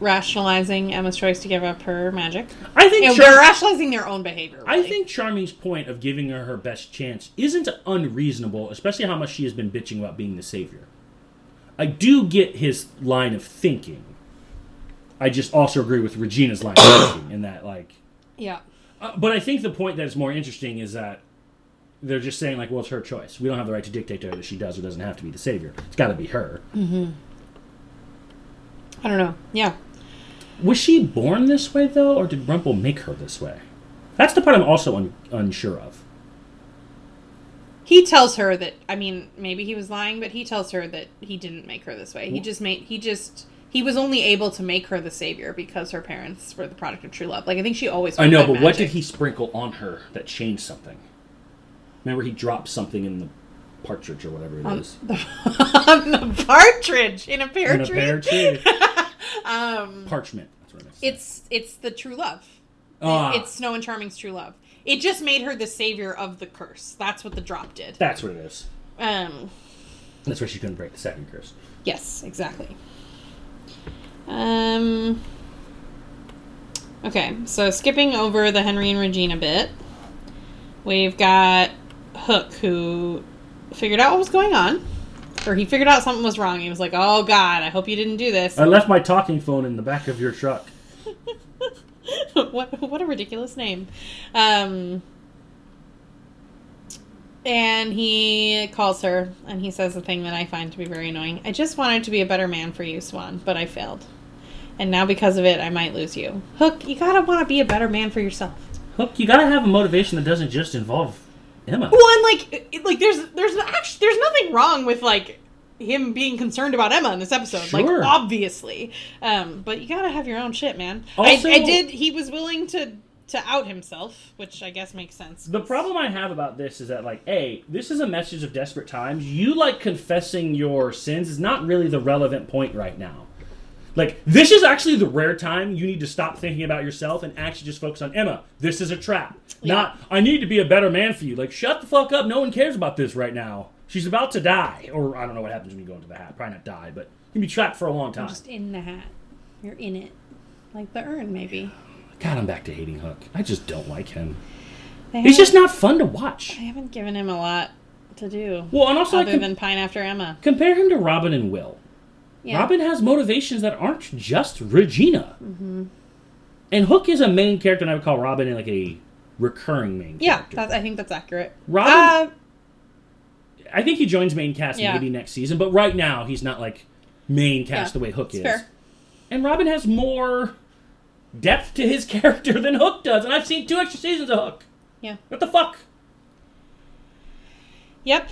rationalizing Emma's choice to give up her magic.
I think
And
Char-
they're rationalizing their own behavior.
I
really.
think Charming's point of giving her her best chance isn't unreasonable, especially how much she has been bitching about being the savior. I do get his line of thinking. I just also agree with Regina's line of thinking in that, like,
Yeah.
uh, but I think the point that's more interesting is that they're just saying, like, well, it's her choice. We don't have the right to dictate to her that she does or doesn't have to be the savior. It's got to be her.
I don't know. Yeah.
Was she born this way, though, or did Rumple make her this way? That's the part I'm also un- unsure of.
He tells her that. I mean, maybe he was lying, but he tells her that he didn't make her this way. He just made. He just. He was only able to make her the savior because her parents were the product of true love. Like I think she always.
I know,
went
but
by
what
magic.
did he sprinkle on her that changed something? Remember, he dropped something in the partridge or whatever it is.
Um, *laughs* on the partridge Um, in a pear
In a
tree.
pear tree.
*laughs*
Parchment. That's what it is.
It's it's the true love.
Ah,
It's Snow and Charming's true love. It just made her the savior of the curse. That's what the drop did.
that's what it is.
Um,
That's why she couldn't break the second curse.
yes, exactly. Um. Okay, so skipping over the Henry and Regina bit, we've got Hook who figured out what was going on, or he figured out something was wrong. He was like, "Oh God, I hope you didn't do this."
I left my talking phone in the back of your truck.
*laughs* what what a ridiculous name. Um and he calls her and he says the thing that I find to be very annoying. I just wanted to be a better man for you, Swan, but I failed. And now because of it I might lose you. Hook, you gotta wanna be a better man for yourself.
Hook, you gotta have a motivation that doesn't just involve Emma.
Well, and like, it- like there's there's actually there's nothing wrong with like him being concerned about Emma in this episode.
Sure.
Like, obviously, um, but you gotta have your own shit, man.
Also-
I, I did. He was willing to to out himself, which I guess makes sense.
The problem I have about this is that, like, A, this is a message of desperate times. You, like, confessing your sins is not really the relevant point right now. Like this is actually the rare time you need to stop thinking about yourself and actually just focus on Emma. This is a trap.
Yeah.
Not I need to be a better man for you. Like shut the fuck up. No one cares about this right now. She's about to die, or I don't know what happens when you go into the hat. Probably not die, but you can be trapped for a long time.
Just in the hat. You're in it. Like the urn, maybe.
God, I'm back to hating Hook. I just don't like him.
They
He's just
haven't-
not fun to watch.
They haven't given him a lot to do.
Well, and also I
other
com-
than Pine After Emma.
compare him to Robin and Will.
Yeah.
Robin has motivations that aren't just Regina.
Mm-hmm.
And Hook is a main character, and I would call Robin like a recurring main
Yeah,
character.
that's, I think that's accurate.
Robin-
Uh,
I think he joins main cast
Yeah.
maybe next season, but right now he's not like main cast
Yeah,
the way Hook
it's
is.
fair.
And Robin has more depth to his *laughs* character than Hook does, and I've seen two extra seasons of Hook.
yeah.
What the fuck?
Yep.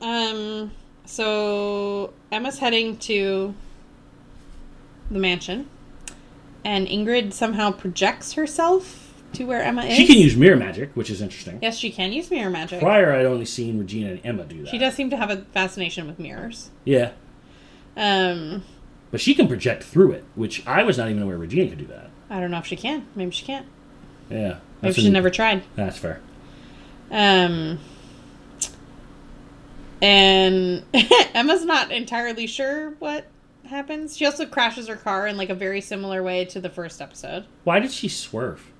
Um. So Emma's heading to the mansion, and Ingrid somehow projects herself to where Emma is.
She can use mirror magic, which is interesting.
Yes, she can use mirror magic.
Prior, I'd only seen Regina and Emma do that.
She does seem to have a fascination with mirrors.
Yeah,
Um.
but she can project through it, which I was not even aware Regina could do that.
I don't know if she can. Maybe she can't.
Yeah,
Maybe
that's
she's
an-
never tried.
That's fair.
Um. And *laughs* Emma's not entirely sure what happens. She also crashes her car in like a very similar way to the first episode.
Why did she swerve?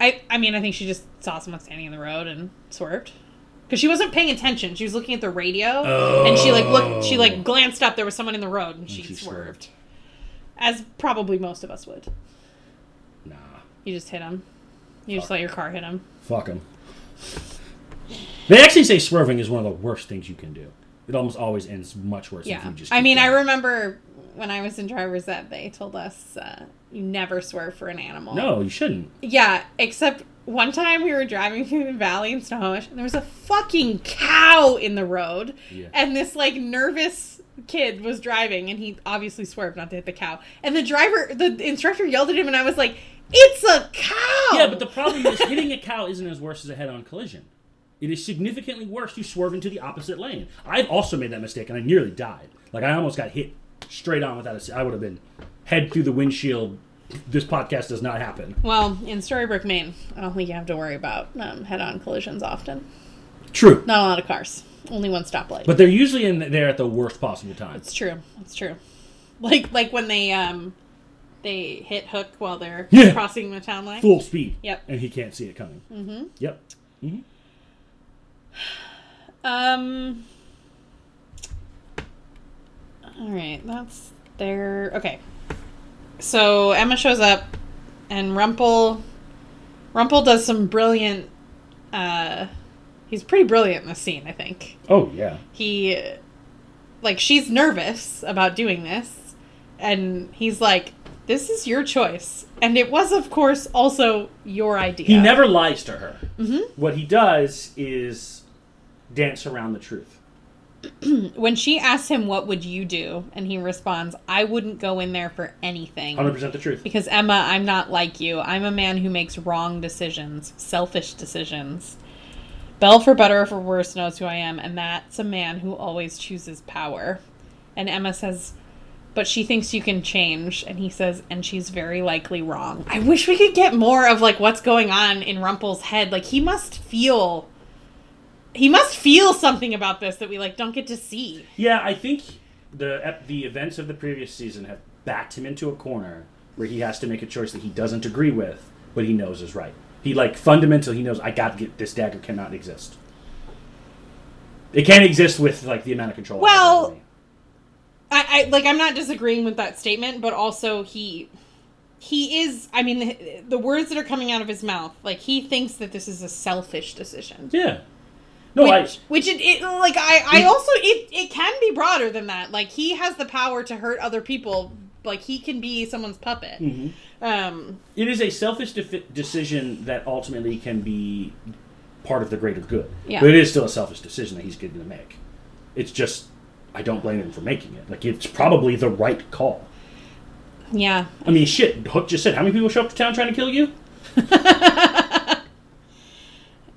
I I mean, I think she just saw someone standing in the road and swerved. Cause she wasn't paying attention. She was looking at the radio, and she like looked. She like glanced up. There was someone in the road, Oh. and she,
she
swerved.
swerved.
As probably most of us would.
Nah,
You just hit him. You just let your car hit him.
fuck them. They actually say swerving is one of the worst things you can do. It almost always ends much worse. if
Yeah.
you just
I
keep
mean, I
going.
remember when I was in driver's ed, they told us uh, you never swerve for an animal.
No, you shouldn't.
Yeah, except one time we were driving through the valley in Snohomish, and there was a fucking cow in the road,
Yeah.
and this like nervous kid was driving, and he obviously swerved not to hit the cow, and the driver, the instructor yelled at him, and I was like, "It's a cow!"
Yeah, but the problem is hitting a cow isn't as worse as a head-on collision. It is significantly worse. You swerve into the opposite lane. I've also made that mistake, and I nearly died. Like I almost got hit straight on without a. se- I would have been head through the windshield. This podcast does not happen.
well, in Storybrooke, Maine, I don't think you have to worry about um, head-on collisions often.
True.
Not a lot of cars, only one stoplight.
But they're usually in there at the worst possible time.
it's true. It's true. Like like when they um they hit hook while they're
Yeah.
crossing the town line.
Full speed.
Yep.
And he can't see it coming. Mm-hmm. Yep.
Um. All right, that's their okay. So Emma shows up, and Rumple, Rumple does some brilliant. Uh, he's pretty brilliant in this scene, I think.
Oh yeah.
He, like, she's nervous about doing this, and he's like, "This is your choice," and it was, of course, also your idea.
He never lies to her. Mm-hmm. What he does is dance around the truth.
when she asks him what would you do and he responds i wouldn't go in there for anything
Hundred percent
*laughs*
the truth.
because emma i'm not like you i'm a man who makes wrong decisions selfish decisions bell for better or for worse knows who i am and that's a man who always chooses power and emma says but she thinks you can change and he says and she's very likely wrong i wish we could get more of like what's going on in rumple's head like he must feel he must feel something about this that we like don't get to see
Yeah, I think the ep- the events of the previous season have backed him into a corner where he has to make a choice that he doesn't agree with, but he knows is right. He like fundamentally he knows I got to get this dagger cannot exist. It can't exist with like the amount of control. I have
Well,
over me.
I, I like I'm not disagreeing with that statement, but also he he is I mean the, the words that are coming out of his mouth, like he thinks that this is a selfish decision.
yeah. No, I,
Which, which it, it like I I also it it can be broader than that. Like he has the power to hurt other people. Like he can be someone's puppet. Um
it is a selfish defi- decision that ultimately can be part of the greater good.
Yeah.
But it is still a selfish decision that he's going to make. It's just I don't blame him for making it. Like it's probably the right call.
yeah.
I mean, shit. Hook just said, how many people show up to town trying to kill you?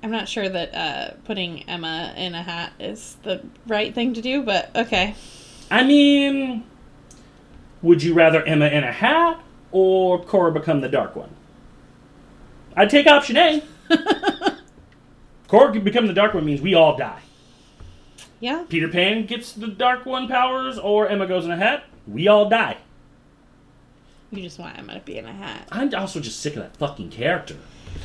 I'm not sure that uh putting Emma in a hat is the right thing to do, but okay.
I mean, Would you rather Emma in a hat or Cora become the Dark One? I'd take option A. Cora could become the Dark One means we all die.
*laughs* Yeah.
Peter Pan gets the Dark One powers, or Emma goes in a hat. We all die.
You just want Emma to be in a hat.
I'm also just sick of that fucking character.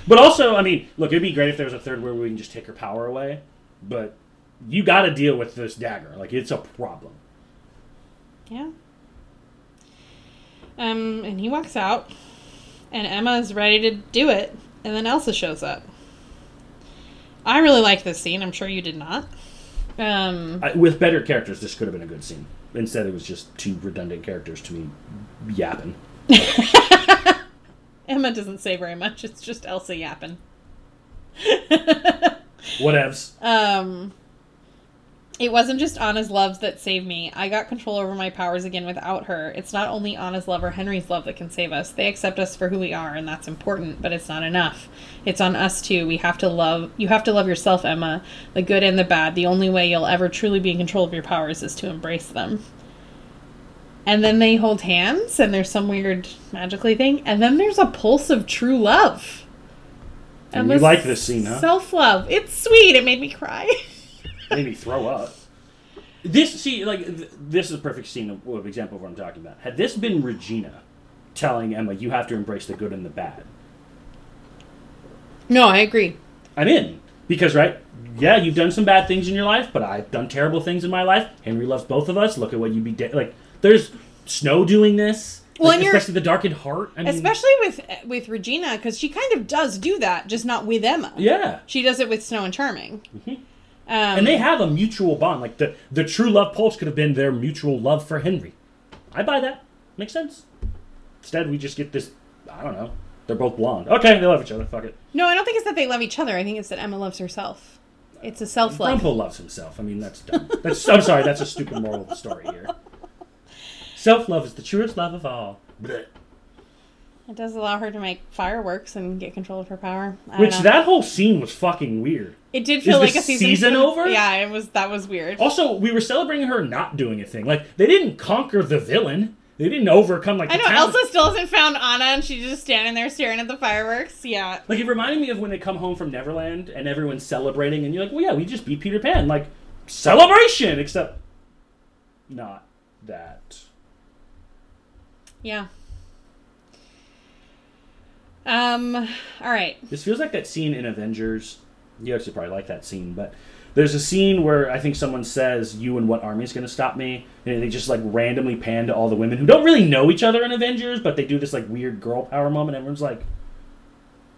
But also, I mean, look, it'd be great if there was a third where we can just take her power away. But you got to deal with this dagger. Like it's a problem.
Yeah. Um, and he walks out, and Emma's ready to do it, and then Elsa shows up. I really like this scene. I'm sure you did not. Um,
I, with better characters, this could have been a good scene. Instead, it was just two redundant characters to me yapping.
Emma doesn't say very much. It's just Elsa yapping. *laughs*
Whatevs.
Um, it wasn't just Anna's love that saved me. I got control over my powers again without her. It's not only Anna's love or Henry's love that can save us. They accept us for who we are, and that's important, but it's not enough. It's on us too. We have to love. You have to love yourself, Emma. The good and the bad. The only way you'll ever truly be in control of your powers is to embrace them. And then they hold hands, and there's some weird magically thing. And then there's a pulse of true love.
And
Emma's
you like this scene, huh?
Self love. It's sweet. It made me cry. *laughs*
Maybe throw up. This see like th- this is a perfect scene of, of example of what I'm talking about. Had this been Regina telling Emma you have to embrace the good and the bad,
No, I agree.
I'm in because right, yeah, you've done some bad things in your life, but I've done terrible things in my life. Henry loves both of us. Look at what you be da- like. There's Snow doing this,
Well,
like,
and you're-
especially the darkened heart. I mean,
Especially with with Regina, because she kind of does do that, just not with Emma.
yeah. Mm-hmm.
She does it with Snow and Charming. Um,
And they have a mutual bond. Like the the true love pulse could have been their mutual love for Henry. I buy that. Makes sense. Instead, we just get this. I don't know. They're both blonde. Okay, they love each other. Fuck it.
no, I don't think it's that they love each other. I think it's that Emma loves herself. It's a self love.
Rumpel loves himself. I mean, that's dumb. That's, I'm sorry. That's a stupid moral of the story here. Self love is the truest love of all. Blech.
It does allow her to make fireworks and get control of her power. I don't
Which
know.
that whole scene was fucking weird.
it did feel
is
like
the
a season,
season over?
Yeah, it was. That was weird.
Also, we were celebrating her not doing a thing. Like they didn't conquer the villain. They didn't overcome like
I
the
know
town.
Elsa still hasn't found Anna, and she's just standing there staring at the fireworks. Yeah,
Like it reminded me of when they come home from Neverland and everyone's celebrating, and you're like, "Well, yeah, we just beat Peter Pan." Like celebration, except not that.
yeah. Um. All right.
This feels like that scene in Avengers. You actually probably like that scene, but there's a scene where I think someone says, "You and what army is going to stop me?" And they just like randomly pan to all the women who don't really know each other in Avengers, but they do this like weird girl power moment. Everyone's like,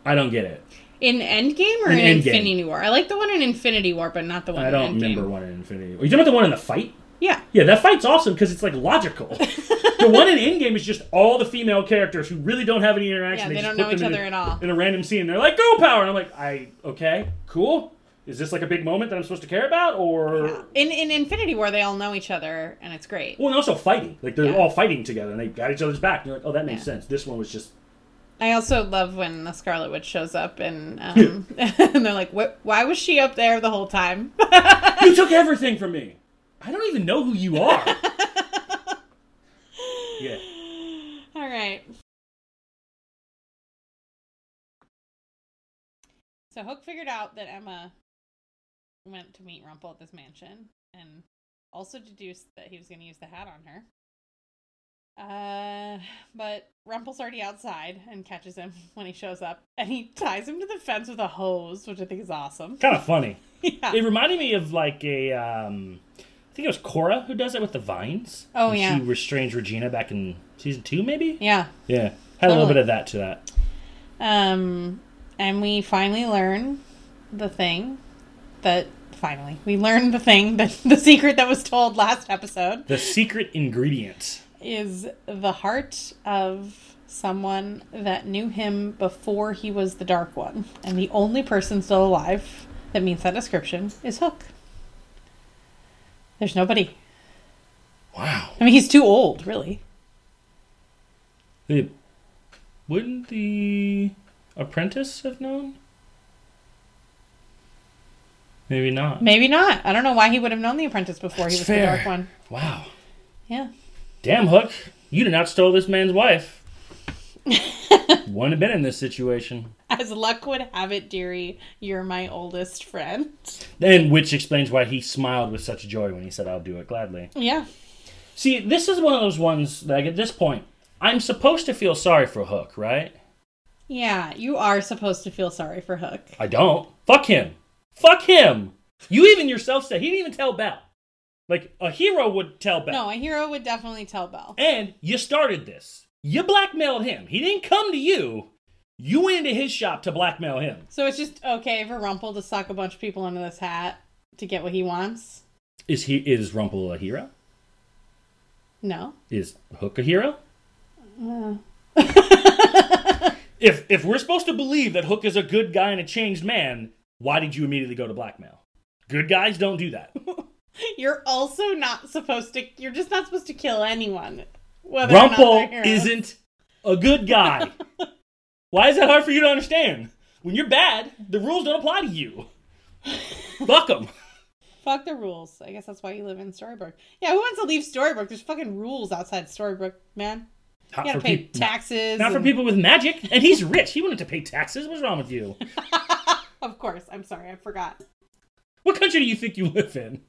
"I don't get it."
In Endgame or in,
In Endgame.
Infinity War? I like the one in Infinity War, but not the one
I
in
don't
Endgame.
remember one in Infinity. War. You talking about the one in the fight?
Yeah.
Yeah, that fight's awesome because it's like
*laughs*
logical. the one in Endgame is just all the female characters who really don't have any interaction.
Yeah, they don't
just put
know
them
each
in
other
a-
at all.
In a random scene, they're like "Girl Power," and I'm like, "I okay, cool. Is this like a big moment that I'm supposed to care about?" Or
Yeah. In in Infinity War, they all know each other, and it's great.
well, and also fighting. Like they're
Yeah.
all fighting together and they got each other's back. And you're like, "Oh, that makes
Yeah.
sense." This one was
*laughs*
just
I also love when the Scarlet Witch shows up, and um, *laughs* and they're like, "What? Why was she up there the whole time?"
you took everything from me. I don't even know who you
*laughs*
are. yeah.
all right. So Hook figured out that Emma went to meet Rumple at this mansion, and also deduced that he was going to use the hat on her. Uh, but Rumple's already outside and catches him *laughs* when he shows up, and he ties him to the fence with a hose, which I think is awesome. *laughs*
Kind of funny.
yeah.
It reminded me of like a, um, I think it was Cora who does it with the vines.
Oh,
When
yeah.
She restrains Regina back in season two, maybe.
Yeah.
Yeah, had a little
Totally.
bit of that to that.
Um, and we finally learn the thing that finally we learn the thing that *laughs* the secret that was told last episode
The secret ingredient.
is the heart of someone that knew him before he was the Dark One, and the only person still alive that meets that description is Hook. There's nobody.
Wow.
I mean, he's too old, really.
The, wouldn't the apprentice have known? Maybe not.
Maybe not. I don't know why he would have known the apprentice before he
That's
was
fair.
the Dark One.
Wow.
Yeah.
Damn hook.
you did not steal this
*laughs*
man's wife. Wouldn't have been in this situation.
As luck would have it, dearie, you're my oldest friend.
And which explains why he smiled with such joy when he said, I'll do it gladly.
Yeah.
See, this is one of those ones, like at this point, I'm supposed to feel sorry for Hook, right?
Yeah, you are supposed to feel sorry for Hook.
I don't. Fuck him. Fuck him. You even yourself said he didn't even tell Bell. Like, a hero would tell Bell.
No, a hero would definitely tell Belle.
And you started this. You blackmailed him. He didn't come to you. You went into his shop to blackmail him.
So it's just okay for Rumple to suck a bunch of people into this hat to get what he wants?
Is he is Rumple a hero?
No. *laughs*
Is Hook a hero?
Uh,
If if we're supposed to believe that Hook is a good guy and a changed man, why did you immediately go to blackmail? Good guys don't do that. *laughs*
you're also not supposed to, you're just not supposed to kill anyone. Whether or not *laughs* they're
Rumple
heroes.
isn't a
*laughs*
good guy. Why is that hard for you to understand? When you're bad, the rules don't apply to you. Fuck them.
Fuck the rules. I guess that's why you live in Storybrooke. Yeah, who wants to leave Storybrooke? There's fucking rules outside Storybrooke, man.
Not
You gotta
for
pay
peop- not-
taxes.
Not for
and-
people with magic. And he's rich. He wanted to pay taxes. What's wrong with you?
Of course. I'm sorry. I forgot.
What country do you think you live in?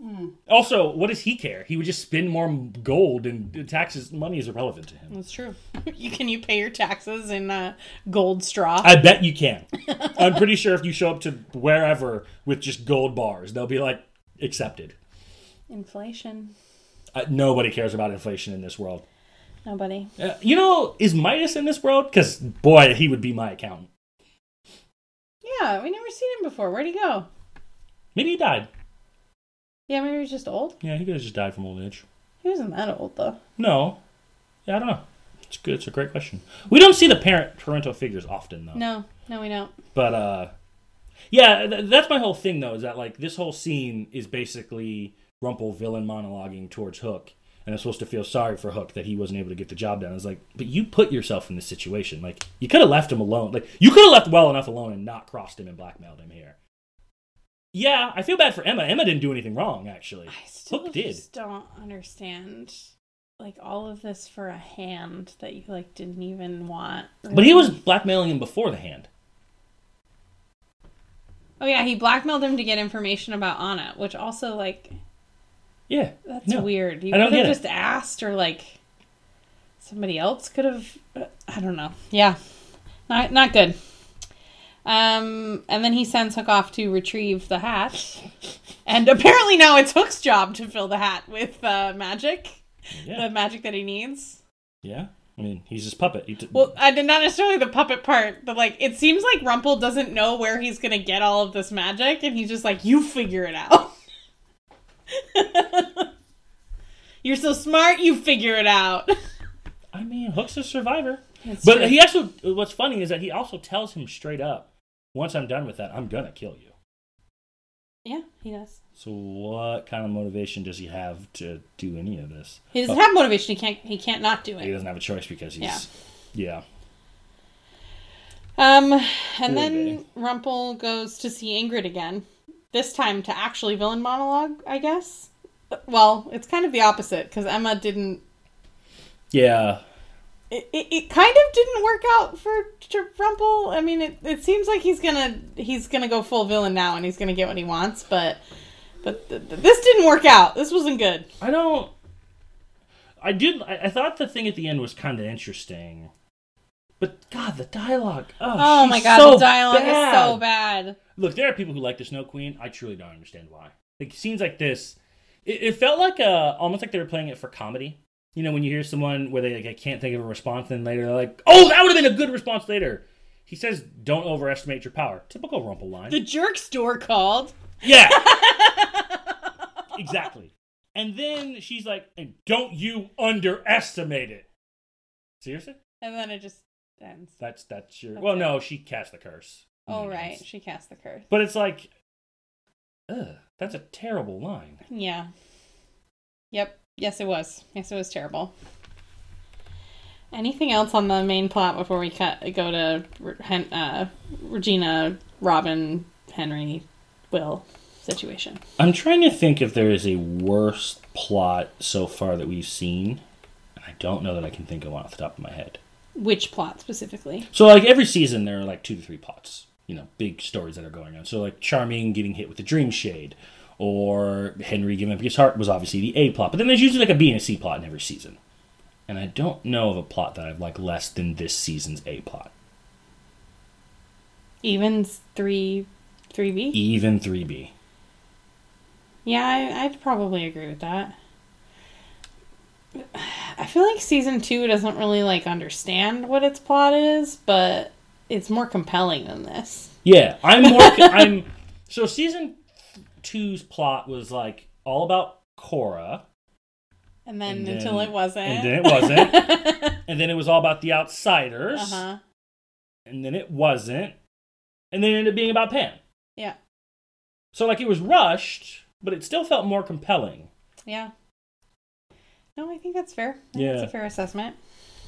Hmm.
Also, what does he care? He would just spend more m- gold and taxes. Money is irrelevant to him.
That's true. *laughs* you can you pay your taxes in uh, gold straw?
I bet
*laughs*
you can. I'm pretty sure if you show up to wherever with just gold bars, they'll be like, accepted.
Inflation.
Uh, nobody cares about inflation in this world.
Nobody.
Uh, you know, is Midas in this world? Because, boy, he would be my accountant.
Yeah, we never seen him before. Where'd he go?
Maybe he died.
Yeah, maybe he was just old.
Yeah, he could have just died from old age.
He wasn't that old though.
No. Yeah, I don't know. It's good. It's a great question. We don't see the parent parental figures often though.
No, no, we don't.
But uh yeah, th- that's my whole thing though is that like this whole scene is basically Rumple villain monologuing towards Hook. And I'm supposed to feel sorry for Hook that he wasn't able to get the job done. It's like, but you put yourself in this situation. Like, you could have left him alone. Like, you could have left well enough alone and not crossed him and blackmailed him here. Yeah, I feel bad for Emma. Emma didn't do anything wrong, actually.
I still
Hook did.
just don't understand like all of this for a hand that you like didn't even want.
But he was blackmailing him before the hand.
Oh yeah, he blackmailed him to get information about Anna, which also like
Yeah.
that's
no.
weird. You
I don't
could have
get it.
just asked or like somebody else could have I don't know. Yeah. Not not good. Um and then he sends Hook off to retrieve the hat. And apparently now it's Hook's job to fill the hat with uh, magic,
Yeah.
the magic that he needs.
Yeah, I mean, he's his puppet. He t-
Well, I did not necessarily the puppet part, but like it seems like Rumple doesn't know where he's gonna get all of this magic, and he's just like, "You figure it out. *laughs* You're so smart. You figure it out."
I mean, Hook's a survivor.
That's
but
true.
he also, what's funny is that he also tells him straight up, once I'm done with that, I'm gonna kill you.
Yeah, he does.
So what kind of motivation does he have to do any of this?
He doesn't
Oh,
have motivation. He can't. He can't not do
he
it.
doesn't have a choice because he's yeah.
Um, and
Poor
then
baby.
Rumple goes to see Ingrid again. This time to actually villain monologue, I guess. Well, it's kind of the opposite because Emma didn't
yeah,
it, it, it kind of didn't work out for Tr- Rumple. I mean, it, it seems like he's gonna he's gonna go full villain now, and he's gonna get what he wants. But but th- th- this didn't work out. This wasn't good.
I don't. I did. I, I thought the thing at the end was kind of interesting, but God, the dialogue. Oh,
Oh
she's
my god,
so
the dialogue is so
bad.
bad.
Look, there are people who like the Snow Queen. I truly don't understand why. Like scenes like this, it, it felt like uh almost like they were playing it for comedy. You know, when you hear someone where they like I can't think of a response, then later they're like, "Oh, that would have been a good response later." He says, "Don't overestimate your power." Typical Rumple line.
The jerk store called.
*laughs*
*laughs*
yeah, exactly. And then she's like, "And don't you underestimate it." Seriously,
And then it just ends.
that's that's your.
That's
well,
it.
no, she cast the curse.
Oh
And then it
right,
ends.
she cast the curse.
But it's like, ugh, that's a terrible line.
Yeah. Yep. Yes, it was. Yes, it was terrible. Anything else on the main plot before we cut go to Re- Hen- uh, Regina, Robin, Henry, Will situation?
I'm trying to think if there is a worse plot so far that we've seen. I don't know that I can think of one off the top of my head.
Which plot specifically?
So like every season, there are like two to three plots. You know, big stories that are going on. So like Charming getting hit with the Dream Shade, or Henry giving up his heart was obviously the A plot. But then there's usually like a B and a C plot in every season. And I don't know of a plot that I've like less than this season's A plot,
Even three, three B.
even three B.
Yeah, I, I'd probably agree with that. I feel like season two doesn't really like understand what its plot is, but it's more compelling than this.
Yeah, I'm more. I'm so season two's plot was like all about Cora,
And then,
And
until
then-
it wasn't.
and then it wasn't,
*laughs*
and then it was all about the outsiders,
uh huh.
and then it wasn't, and then it ended up being about Pam.
Yeah.
So like it was rushed, but it still felt more compelling.
Yeah. No, I think that's fair. I think
Yeah.
That's a fair assessment.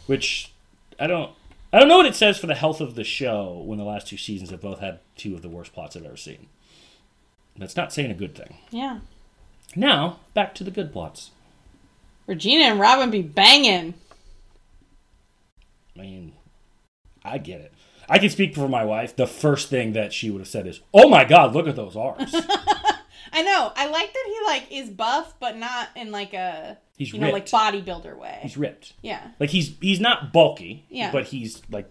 Which I don't. I don't know what it says for the health of the show when the last two seasons have both had two of the worst plots I've ever seen. That's not saying a good thing.
Yeah.
Now back to the good plots.
Regina and Robin be banging.
I mean, I get it. I can speak for my wife. The first thing that she would have said is, "Oh my God, look
*laughs*
at those arms."
I know. I like that he like is buff, but not in like a
He's
you know
ripped.
like bodybuilder way.
he's ripped.
yeah.
Like he's he's not bulky.
Yeah.
But he's like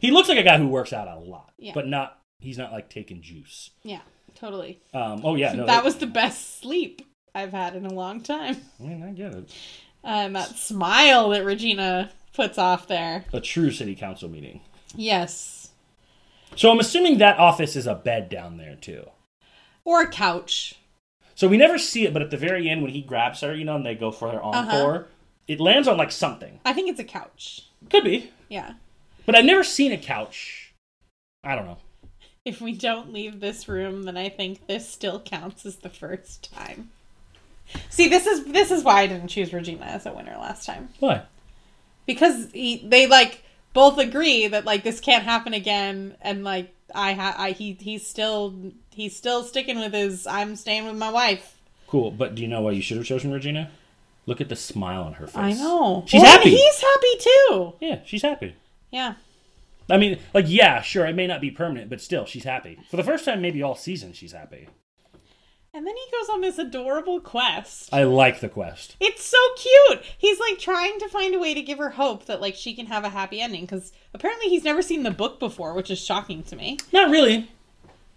he looks like a guy who works out a lot.
Yeah.
But not he's not like taking juice.
Yeah. Totally.
Um. Oh yeah. No,
*laughs* that was the best sleep I've had in a long time.
I mean, I get it.
And that smile that Regina puts off there.
A true city council meeting.
Yes.
So I'm assuming that office is a bed down there too.
Or a couch.
So we never see it, but at the very end when he grabs her, you know, and they go for her
Uh-huh.
encore, it lands on like something.
I think it's a couch.
Could be.
Yeah.
But I've never seen a couch. I don't know.
If we don't leave this room, then I think this still counts as the first time. See, this is this is why I didn't choose Regina as a winner last time.
Why?
Because he, they like both agree that like this can't happen again and like I ha- I he he's still he's still sticking with his I'm staying with my wife.
Cool, but do you know why you should have chosen Regina? Look at the smile on her face.
I know.
She's
Well, and
happy.
He's happy too.
Yeah, she's happy.
Yeah.
I mean, like, yeah, sure, it may not be permanent, but still, she's happy. For the first time, maybe all season, she's happy.
And then he goes on this adorable quest.
I like the quest.
It's so cute. He's like trying to find a way to give her hope that like she can have a happy ending because apparently he's never seen the book before, which is shocking to me.
Not really.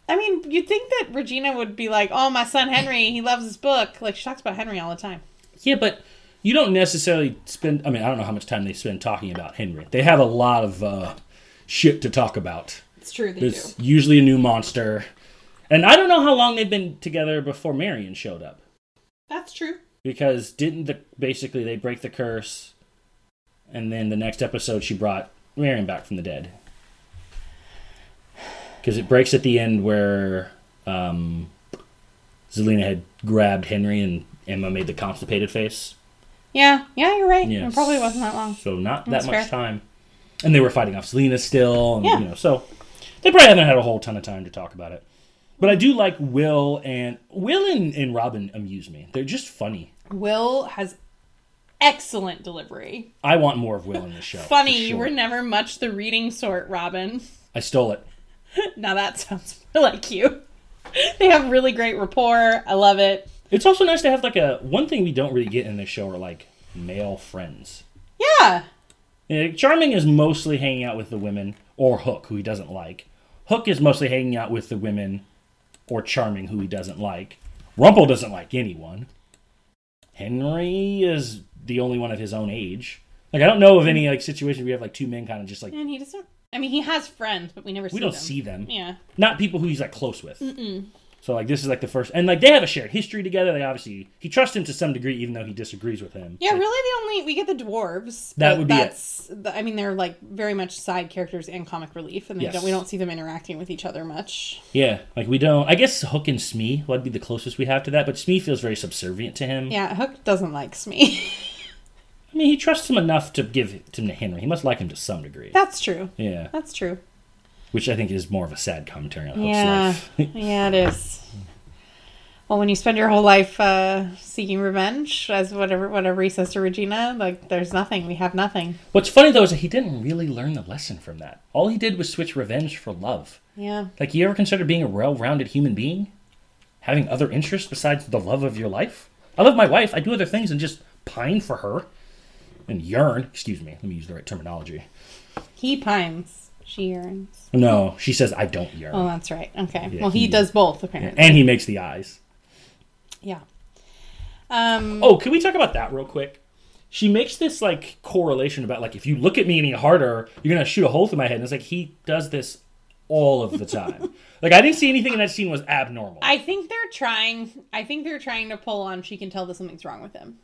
I mean, you'd think that Regina would be like, "Oh, my son Henry, he loves his book." Like she talks about Henry all the time.
Yeah, but you don't necessarily spend. I mean, I don't know how much time they spend talking about Henry. They have a lot of uh, shit to talk about.
It's true, they
There's usually a new monster. And I don't know how long they've been together before Marion showed up.
That's true.
because didn't the basically they break the curse and then the next episode she brought Marion back from the dead because it breaks at the end where um, Zelina had grabbed Henry and Emma made the constipated face
Yeah, yeah, you're right.
yeah
It probably wasn't that long.
so not
That's
that much
fair.
time and they were fighting off Zelina still and,
Yeah.
you know so they probably haven't had a whole ton of time to talk about it but I do like Will and Will and, and Robin amuse me they're just funny
Will has excellent delivery.
I want more of Will in the show.
Funny,
for
you
sure.
were never much the reading sort, Robin. *laughs*
I stole it.
Now that sounds *laughs* more like you. They have really great rapport. I love it.
It's also nice to have like a one thing we don't really get in this show are like male friends.
Yeah.
Yeah, Charming is mostly hanging out with the women, or Hook, who he doesn't like. Hook is mostly hanging out with the women, or Charming, who he doesn't like. Rumple doesn't like anyone. Henry is the only one of his own age. Like I don't know of any like situation where you have like two men kind of just like
And he doesn't. I mean, he has friends, but we never Mm, see
we don't
them.
see them.
Yeah.
not people who he's like close with. So like this is like the first, and like they have a shared history together. They obviously he trusts him to some degree, even though he disagrees with him.
Yeah, really, the only. We get the dwarves.
That
but
would be it.
that's, the- I mean, they're like very much side characters and comic relief, and they
Yes. Mm-hmm.
don't, we don't see them interacting with each other much.
Yeah, like we don't. I guess Hook and Smee would be the closest we have to that, but Smee feels very subservient to him.
Yeah, Hook doesn't like Smee.
I mean, he trusts him enough to give him to Henry. He must like him to some degree.
*laughs* that's true.
Yeah,
That's true.
*laughs* which I think is more of a sad commentary on Hook's
Yeah.
life.
yeah, it is. Well, when you spend your whole life uh, seeking revenge, as whatever whatever he says to Regina, like there's nothing. We have nothing.
What's funny though is that he didn't really learn the lesson from that. All he did was switch revenge for love.
Yeah.
Like, you ever consider being a well-rounded human being, having other interests besides the love of your life? I love my wife. I do other things and just pine for her and yearn. Excuse me. Let me use the right terminology.
He pines. She yearns.
No, she says I don't yearn,
Oh, that's right. Okay.
Yeah,
well, he,
he-
does both apparently.
and he makes the eyes.
Yeah. Um.
Oh, can we talk about that real quick? She makes this like correlation about like if you look at me any harder, you're gonna shoot a hole through my head. And it's like he does this all of
*laughs*
the time. like I didn't see anything in that scene was abnormal.
I think they're trying. I think they're trying to pull on. She can tell that something's wrong with him.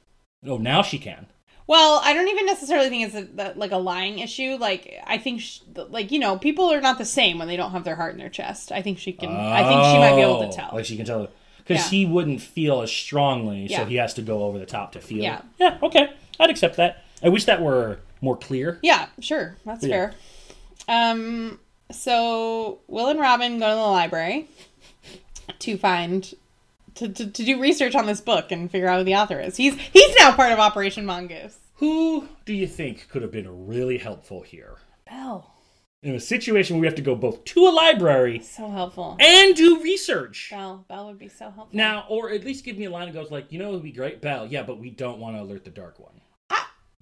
oh, now she can.
Well, I don't even necessarily think it's a, the, like a lying issue. Like I think, sh like you know, people are not the same when they don't have their heart in their chest. I think she can. I think she might be able
Oh,
to tell.
Like she can tell, because
Yeah.
he wouldn't feel as strongly, so
Yeah.
he has to go over the top to feel.
Yeah.
it. Yeah. Okay, I'd accept that. I wish that were more clear.
Yeah, sure. That's
Yeah.
fair. Um, so Will and Robin go to the library to find to, to, to do research on this book and figure out who the author is. He's he's now part of Operation Mongoose.
Who do you think could have been really helpful here
Bell.
in a situation where we have to go both to a library
So helpful.
and do research?
Bell. Bell would be so helpful.
Now, or at least give me a line that goes like, you know, it would be great, Bell. Yeah, but we don't want to alert the Dark One.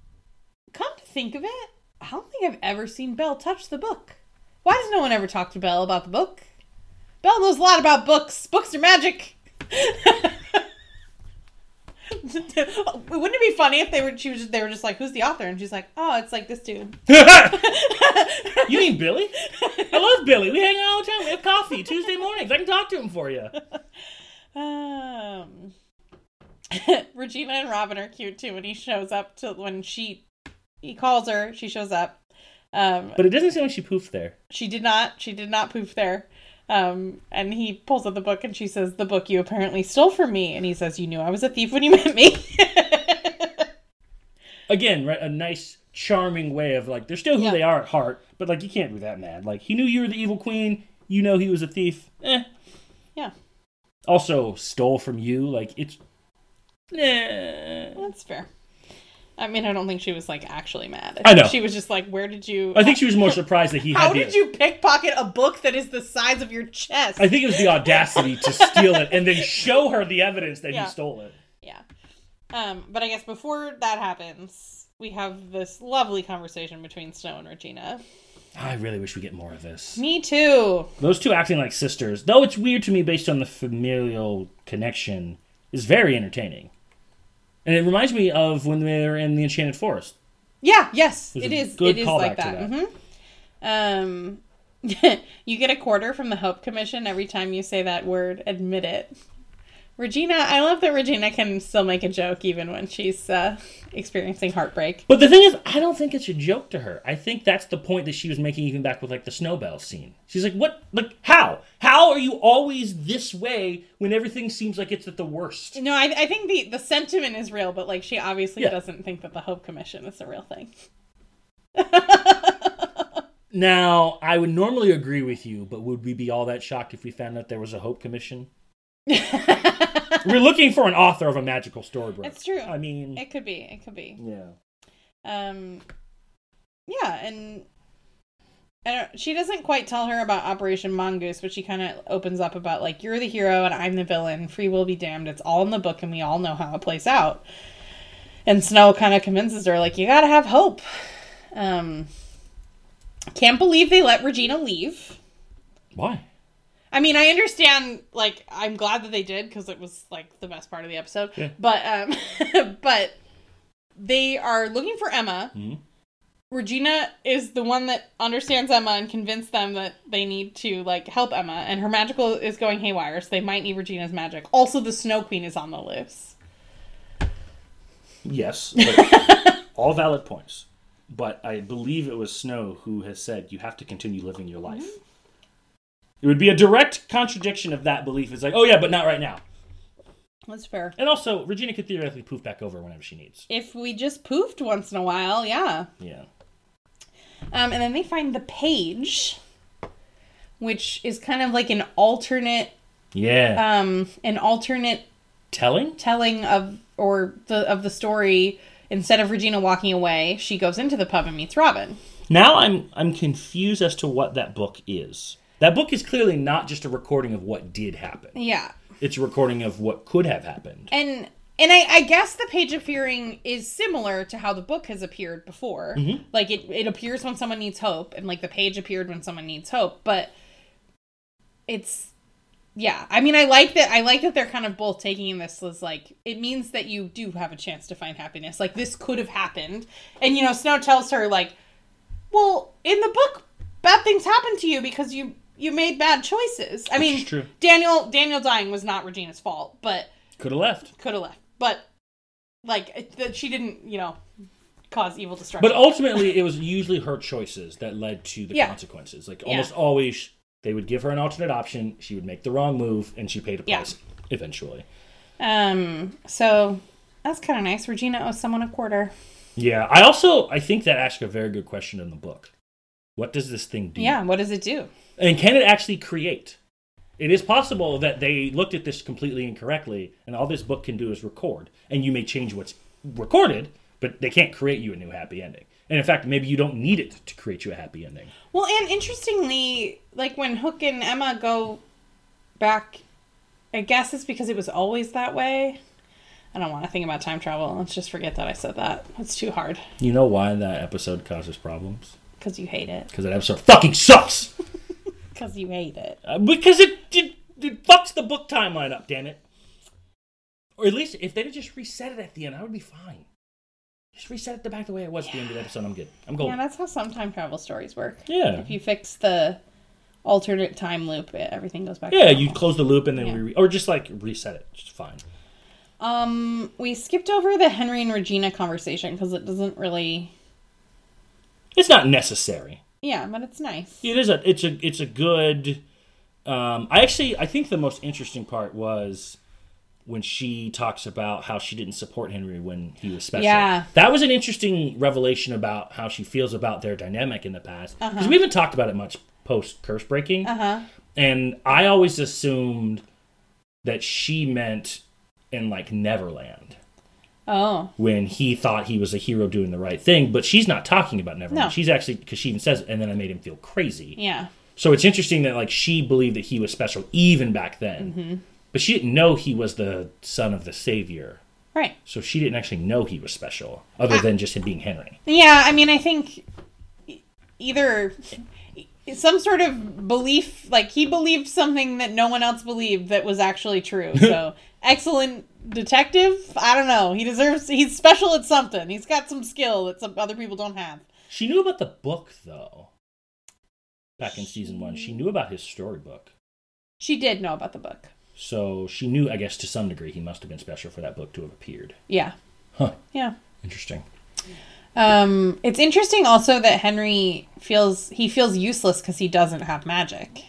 *laughs*
come to think of it, I don't think I've ever seen Bell touch the book. Why does no one ever talk to Bell about the book? Bell knows a lot about books. Books are magic. *laughs* Wouldn't it be funny if they were she was they were just like, Who's the author? And she's like, Oh, it's like this dude. *laughs*
You mean Billy? I love Billy. We hang out all the time. We have coffee Tuesday mornings. I can talk to him for you.
Um *laughs* Regina and Robin are cute too when he shows up to when she he calls her, she shows up. Um
But it doesn't seem like she poofed there.
she did not she did not poof there um, and he pulls out the book and she says the book you apparently stole from me and he says you knew i was a thief when you *laughs* met me
again, right, a nice, charming way of like they're still who
Yeah.
they are at heart, but like you can't be that mad. Like he knew you were the evil queen. You know he was a thief. Eh.
yeah
Also stole from you. Like it's. Eh.
that's fair i mean i don't think she was like actually mad
I know.
think she was just like where did you
I think she was more surprised that he had.
how
the-
did you pickpocket a book that is the size of your chest
I think it was the audacity to steal it and then show her the evidence that
Yeah.
he stole it.
yeah um, but i guess before that happens we have this lovely conversation between snow and regina
I really wish we get more of this.
me too
Those two acting like sisters, though it's weird to me based on the familial connection, is very entertaining. And it reminds me of when they were in the Enchanted Forest.
Yeah, yes,
There's
it
a
is.
good
It is like
callback to
that.
that.
hmm Um, *laughs* you get a quarter from the Hope Commission every time you say that word. Admit it, Regina. I love that Regina can still make a joke even when she's uh, experiencing heartbreak.
But the thing is, I don't think it's a joke to her. I think that's the point that she was making even back with like the snowbell scene. She's like, "What? Like how? How are you always this way when everything seems like it's at the worst?"
No, I, I think the the sentiment is real, but like she obviously
Yeah.
doesn't think that the Hope Commission is a real
*laughs*
thing. *laughs*
Now, I would normally agree with you, but would we be all that shocked if we found out there was a Hope Commission? We're looking for an author of a magical storybook.
It's true.
I mean,
It could be. It could be.
yeah.
Um, yeah, and I don't, she doesn't quite tell her about Operation Mongoose, but she kind of opens up about like you're the hero and I'm the villain. Free will be damned. It's all in the book, and we all know how it plays out. And Snow kind of convinces her like you gotta have hope. Um, can't believe they let Regina leave.
Why?
I mean, I understand. Like, I'm glad that they did because it was like the best part of the episode.
Yeah.
But, um, *laughs* but they are looking for Emma.
Mhm.
Regina is the one that understands Emma and convinced them that they need to like help Emma, and her magical is going haywire, so they might need Regina's magic. Also, the Snow Queen is on the loose.
Yes. but- all valid points. But I believe it was Snow who has said you have to continue living your life. It would be a direct contradiction of that belief. It's like, oh yeah, but not right now.
That's fair.
And also, Regina could theoretically poof back over whenever she needs.
If we just poofed once in a while, yeah.
Yeah.
Um, and then they find the page, which is kind of like an alternate
Yeah.
um, an alternate
Telling?
telling of or the of the story. Instead of Regina walking away, she goes into the pub and meets Robin.
Now I'm I'm confused as to what that book is. That book is clearly not just a recording of what did happen.
Yeah,
It's a recording of what could have happened.
and and I, I guess the page of fearing is similar to how the book has appeared before.
Mm-hmm.
Like it it appears when someone needs hope, and like the page appeared when someone needs hope. But it's yeah. I mean, I like that. I like that they're kind of both taking this as like it means that you do have a chance to find happiness. Like this could have happened, and you know, Snow tells her like, well, in the book, bad things happen to you because you you made bad choices. I mean,
is true.
Daniel Daniel dying was not Regina's fault, but
Could have left.
could have left, but like it- that she didn't, you know, cause evil destruction.
But ultimately it was usually her choices that led to the
Yeah.
consequences. Like almost always they would give her an alternate option, she would make the wrong move, and she paid a
Yeah.
price eventually.
um, so that's kind of nice. Regina owes someone a quarter.
Yeah. I also I think that asked a very good question in the book. What does this thing do?
Yeah, what does it do?
And can it actually create? It is possible that they looked at this completely incorrectly, and all this book can do is record, and you may change what's recorded, but they can't create you a new happy ending. And in fact, maybe you don't need it to create you a happy ending.
Well, and interestingly, like when Hook and Emma go back, I guess it's because it was always that way. I don't want to think about time travel. Let's just forget that I said that. It's too hard
You know why that episode causes problems?
because you hate it.
Because that episode fucking sucks.
Because you hate it.
Uh, because it, it it fucks the book timeline up. Damn it. Or at least if they'd just reset it at the end, I would be fine. Just reset it back the way it was at the end of the episode. I'm good. I'm
Yeah,
golden.
that's how some time travel stories work.
Yeah.
If you fix the alternate time loop, it, everything goes back. to
Yeah,
normal.
you close the loop and then
Yeah.
we, re- or just like reset it. It's fine.
Um, we skipped over the Henry and Regina conversation because it doesn't really.
It's not necessary.
Yeah, but it's nice.
It is a. It's a. It's a good. Um, I actually, I think the most interesting part was when she talks about how she didn't support Henry when he was special.
Yeah.
that was an interesting revelation about how she feels about their dynamic in the past because
Uh-huh.
we haven't talked about it much post curse breaking.
Uh huh.
And I always assumed that she meant in like Neverland.
Oh,
when he thought he was a hero doing the right thing, but she's not talking about Nevermind.
No.
She's actually because she even says, and then I made him feel crazy.
yeah.
So it's interesting that like she believed that he was special even back then, but she didn't know he was the son of the savior.
Right.
So she didn't actually know he was special, other than just him being Henry.
Yeah, I mean, I think e- either some sort of belief, like he believed something that no one else believed that was actually
*laughs*
true. So, excellent detective. I don't know. He deserves, he's special at something. He's got some skill that some other people don't have.
She knew about the book though. Back in season one, she knew about his storybook.
She did know about the book.
So she knew, I guess, to some degree, he must have been special for that book to have appeared.
Yeah.
Huh.
Yeah.
Interesting.
Um, it's interesting also that Henry feels he feels useless because he doesn't have magic.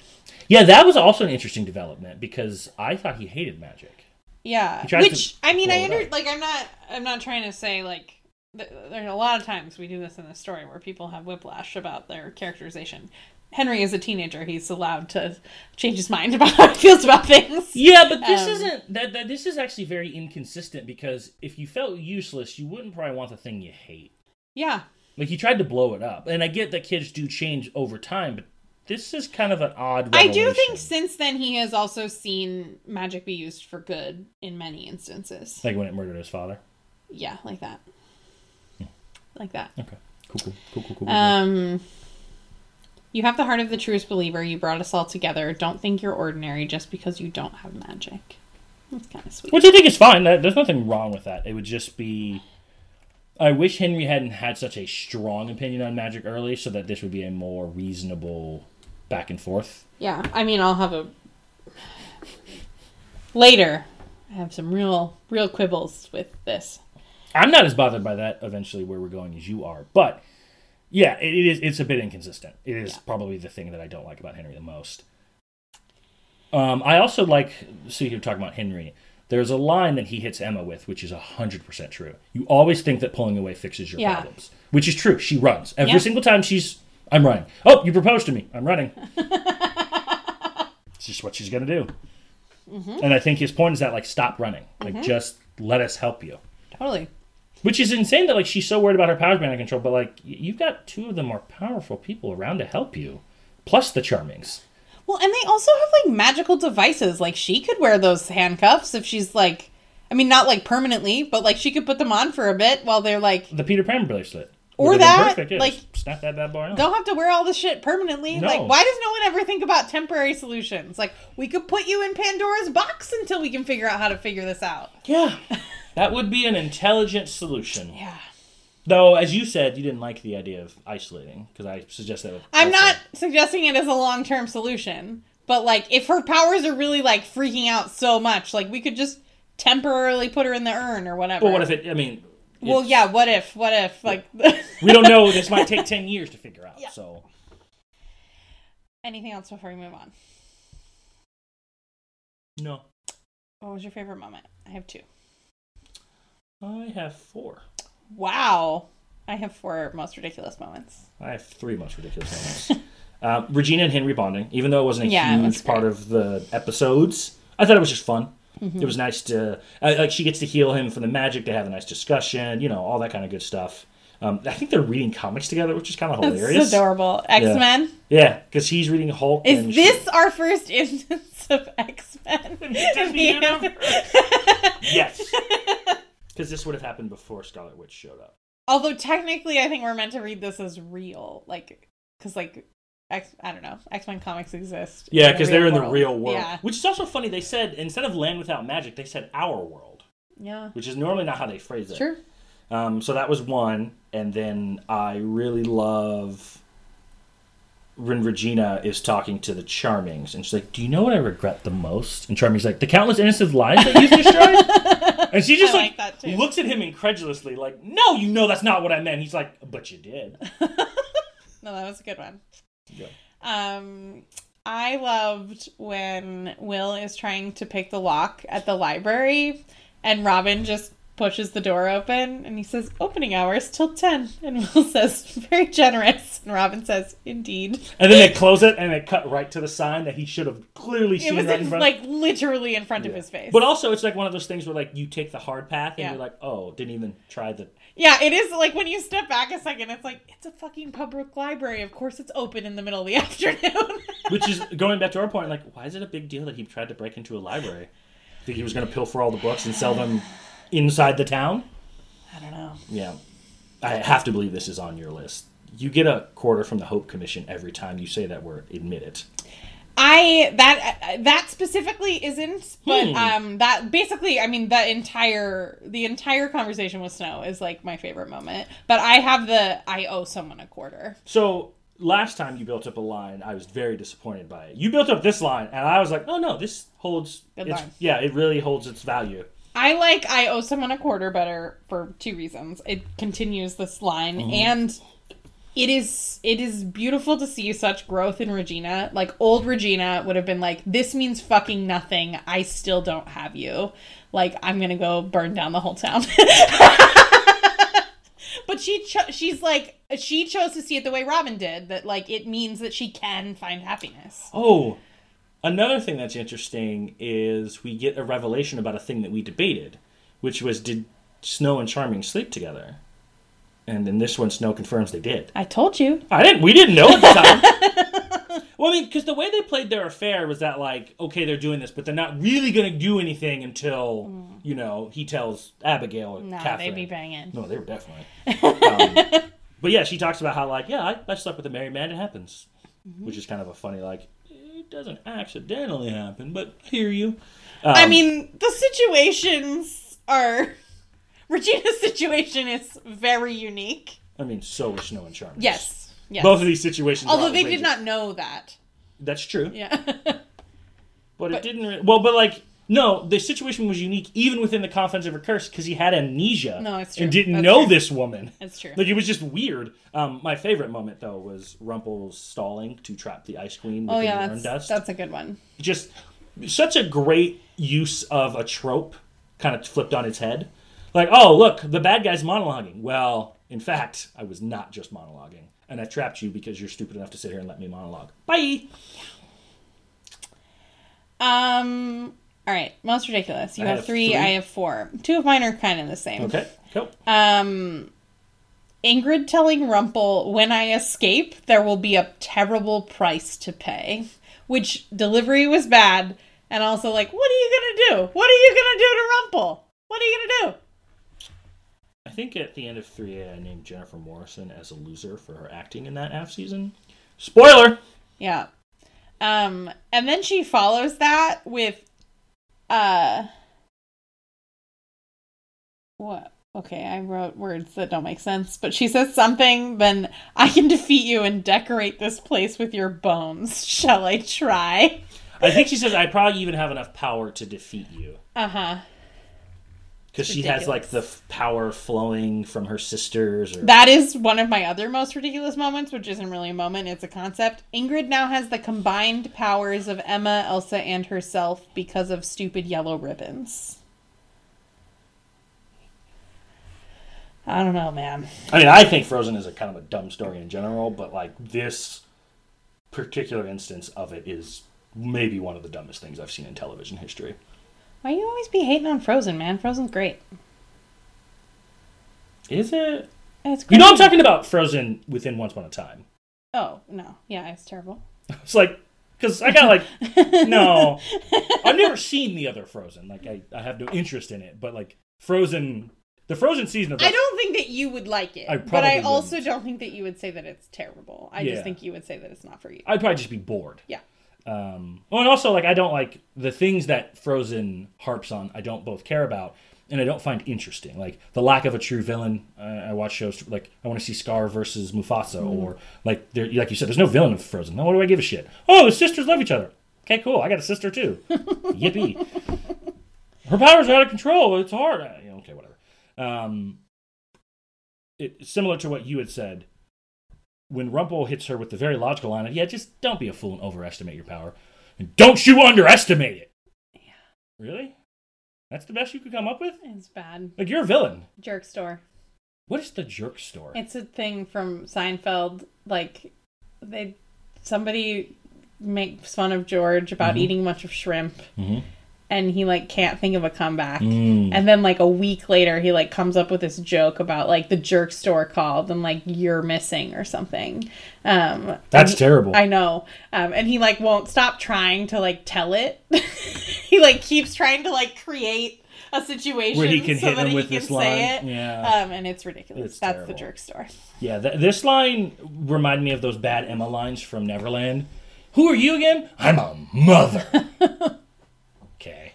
Yeah, that was also an interesting development because I thought he hated magic.
Yeah,
He tries
which
to
I mean, I
blow it
under
up.
like I'm not I'm not trying to say like th- there's a lot of times we do this in the story where people have whiplash about their characterization. Henry is a teenager; he's allowed to change his mind *laughs* about how he feels about things.
Yeah, but this
Um,
isn't that, that. This is actually very inconsistent because if you felt useless, you wouldn't probably want the thing you hate.
Yeah,
Like he tried to blow it up, and I get that kids do change over time, but this is kind of an odd.
I do
revelation.
think since then he has also seen magic be used for good in many instances.
Like when it murdered his father.
Yeah, like that, like that.
Okay. Cool. Cool. Cool. Cool. cool, cool.
Um, you have the heart of the truest believer. You brought us all together. Don't think you're ordinary just because you don't have magic. That's kind of sweet.
Which I think is fine. That, there's nothing wrong with that. It would just be. I wish Henry hadn't had such a strong opinion on magic early, so that this would be a more reasonable back and forth.
Yeah, I mean, I'll have a later. I have some real, real quibbles with this.
I'm not as bothered by that eventually where we're going as you are, but yeah, it, it is. It's a bit inconsistent. It is probably the thing that I don't like about Henry the most. Um, I also like. So you're talking about Henry. There's a line that he hits Emma with, which is hundred percent true. You always think that pulling away fixes your
Yeah.
problems, which is true. She runs every
Yeah.
single time. She's I'm running.
*laughs*
Oh, you proposed to me. I'm running. it's just what she's gonna do.
Mm-hmm.
And I think his point is that like stop running, like just let us help you.
Totally.
Which is insane that like she's so worried about her powers being out of control, but like y- you've got two of the more powerful people around to help you, plus the Charmings.
Well, and they also have like magical devices. Like she could wear those handcuffs if she's like, I mean, not like permanently, but like she could put them on for a bit while they're like,
The Peter Pan bracelet.
Or
Would've been
that,
perfect, yeah,
like-
just snap that bad boy on.
don't have to wear all this shit permanently.
No.
Like, why does no one ever think about temporary solutions? Like, we could put you in Pandora's box until we can figure out how to figure this out.
Yeah, *laughs* that would be an intelligent solution.
Yeah.
Though, as you said, you didn't like the idea of isolating because I suggest that.
I'm
also-
not suggesting it as a long term solution, but like, if her powers are really like freaking out so much, like, we could just temporarily put her in the urn or whatever.
But what if it? I mean.
Well,
it's-
yeah, what if? What if? Like, *laughs*
We don't know. This might take ten years to figure out.
Yeah.
So
anything else before we move on?
no,
What was your favorite moment? I have two.
I have four.
Wow. I have four most ridiculous moments.
I have three most
*laughs*
ridiculous moments. uh, Regina and Henry bonding, even though it wasn't a
Yeah, it was
huge part
great.
of the episodes, I thought it was just fun.
Mm-hmm.
It was nice to I, like she gets to heal him from the magic. They have a nice discussion, you know, all that kind of good stuff. Um, I think they're reading comics together, which is kind of
That's
hilarious.
adorable. X Men.
Yeah, because he's reading Hulk. and
Is
she-
this our first *laughs* instance of X Men?
*laughs*
*laughs*
Disney *laughs* yes? Because this would have happened before Scarlet Witch showed up.
Although technically, I think we're meant to read this as real, like because like X, I don't know, X Men comics exist.
Yeah,
the
because they're in the
world.
real world.
Yeah,
Which is also funny. They said instead of land without magic, they said our world,
yeah,
which is normally not how they phrase it.
sure.
Um, so that was one, and then I really love when Regina is talking to the Charmings, and she's like, "Do you know what I regret the most?" And Charming's like, "The countless innocent lives that you've destroyed."
*laughs*
and she just
I like
like,
that too.
looks at him incredulously, like, "No, you know that's not what I meant." He's like, "But you did."
No, that was a good one.
Yeah.
Um, I loved when Will is trying to pick the lock at the library, and Robin just pushes the door open, and he says, "Opening hours till 10. And Will *laughs* says, "Very generous," and Robin says, "Indeed."
And then
*laughs*
they close it, and they cut right to the sign that he should have clearly
It
seen
was
right
in-
in *laughs* front. of
like literally in front of his face.
But also, it's like one of those things where like you take the hard path, and
Yeah.
you're like, "Oh, didn't even try the."
yeah, it is like when you step back a second, it's like it's a fucking public library. Of course, it's open in the middle of the *laughs* afternoon.
Which is going back to our point, like, why is it a big deal that he tried to break into a library? Think he was going to pilfer all the books and sell them inside the town?
I don't know.
Yeah, I have to believe this is on your list. You get a quarter from the Hope Commission every time you say that word. Admit it.
I that that specifically isn't, but
Hmm.
um, that basically, I mean, that entire the entire conversation with Snow is like my favorite moment. But I have the I owe someone a quarter.
So last time you built up a line, I was very disappointed by it. You built up this line, and I was like, oh no, this holds.
Good
it's-
line.
Yeah, it really holds its value.
I like I owe someone a quarter better for two reasons. It continues this line
Mm-hmm.
and it is it is beautiful to see such growth in Regina. Like old Regina would have been like this means fucking nothing. I still don't have you. Like I'm going to go burn down the whole town. *laughs* but she cho- she's like she chose to see it the way Robin did that like it means that she can find happiness.
Oh, another thing that's interesting is we get a revelation about a thing that we debated, which was did Snow and Charming sleep together? And in this one, Snow confirms they did.
I told you.
I didn't. We didn't know at the time. well, I mean, because the way they played their affair was that like, okay, they're doing this, but they're not really going to do anything until you know he tells Abigail and
No,
Catherine.
they'd be banging.
No, they
*laughs*
were definitely. um, but yeah, she talks about how like, yeah, I, I slept with a married man. It happens,
Mm-hmm.
which is kind of a funny like. It doesn't accidentally happen, but I hear you.
I
Um,
mean, the situations are. *laughs* Regina's situation is very unique.
I mean, so is Snow and Charm.
Yes. Yes.
both of these situations. are
Although they did
outrageous.
not know that.
That's true,
Yeah. *laughs*
but, it didn't. Re- well, but like. No, the situation was unique even within the confines of her curse because he had amnesia
No, it's
and
true.
didn't
That's
know
true.
this woman.
That's true.
Like it was just weird. Um, my favorite moment though was Rumpel stalling to trap the Ice Queen with
oh,
the
yeah.
urn
That's,
dust.
that's a good one.
just such a great use of a trope kind of flipped on its head. Like, oh, look, the bad guy's monologuing. Well, in fact, I was not just monologuing. And I trapped you because you're stupid enough to sit here and let me monologue. Bye.
Um, All right, most ridiculous. You
I
have
have
three,
three.
I have four. Two of mine are kind of the same.
Okay, cool.
Um, Ingrid telling Rumple, when I escape, there will be a terrible price to pay. Which delivery was bad. And also, like, what are you going to do? What are you going to do to Rumple? What are you going to do?
I think at the end of 3A, I named Jennifer Morrison as a loser for her acting in that half season. Spoiler!
Yeah. Um, and then she follows that with, uh, what? Okay, I wrote words that don't make sense, but she says something, then I can defeat you and decorate this place with your bones. *laughs* Shall I try?
I think she says, I probably even have enough power to defeat you.
Uh huh.
Because she has, like, the f- power flowing from her sisters. Or...
That is one of my other most ridiculous moments, which isn't really a moment, it's a concept. Ingrid now has the combined powers of Emma, Elsa, and herself because of stupid yellow ribbons. I don't know, man.
I mean, I think Frozen is a kind of a dumb story in general, but, like, this particular instance of it is maybe one of the dumbest things I've seen in television history.
Why you always be hating on Frozen, man? Frozen's great.
Is it?
It's
You know, I'm
crazy.
talking about Frozen within Once Upon a Time. *laughs*
Oh no, yeah, it's terrible.
It's like, because I got *laughs* like, no, I've never seen the other Frozen. Like, I, I have no interest in it. But like Frozen, the Frozen season of
I don't think that you would like it,
I
but I
probably
also
wouldn't.
don't think that you would say that it's terrible. I
Yeah.
just think you would say that it's not for you.
I'd probably just be bored.
Yeah.
Um, well, and also like I don't like the things that Frozen harps on. I don't both care about and I don't find interesting. Like the lack of a true villain. Uh, I watch shows like I want to see Scar versus Mufasa or like there, like you said, there's no villain of Frozen. Now what do I give a shit? Oh, the sisters love each other. Okay, cool. I got a sister too. Yippee. Her powers are out of control. It's hard. Uh, yeah, okay, whatever. Um, it, similar to what you had said, when Rumple hits her with the very logical line of, yeah, just don't be a fool and overestimate your power. And don't you underestimate it. Yeah. Really? That's the best you could come up with?
It's bad.
Like, you're a villain.
Jerk store.
What is the jerk store?
It's a thing from Seinfeld. Like they, somebody makes fun of George
Mm-hmm.
about eating a bunch of shrimp,
Mhm.
and he like can't think of a comeback.
Mm.
And then like a week later, he like comes up with this joke about like the jerk store called and like you're missing or something. Um,
That's
and-
terrible.
I know. Um, and he like won't stop trying to like tell it. *laughs* he like keeps trying to like create a situation
Where he can
so
hit
that
him
he
with
can
this
say
line.
it.
Yeah.
Um, and it's ridiculous.
It's
That's the
terrible.
jerk store.
yeah, th- this line reminded me of those bad Emma lines from Neverland. Who are you again? I'm a mother. okay.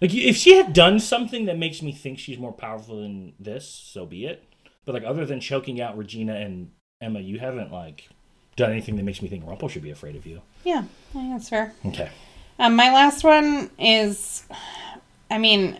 Like, if she had done something that makes me think she's more powerful than this, so be it. But, like, other than choking out Regina and Emma, you haven't, like, done anything that makes me think Rumpel should be afraid of you.
Yeah, I think that's fair.
Okay.
Um, my last one is, I mean,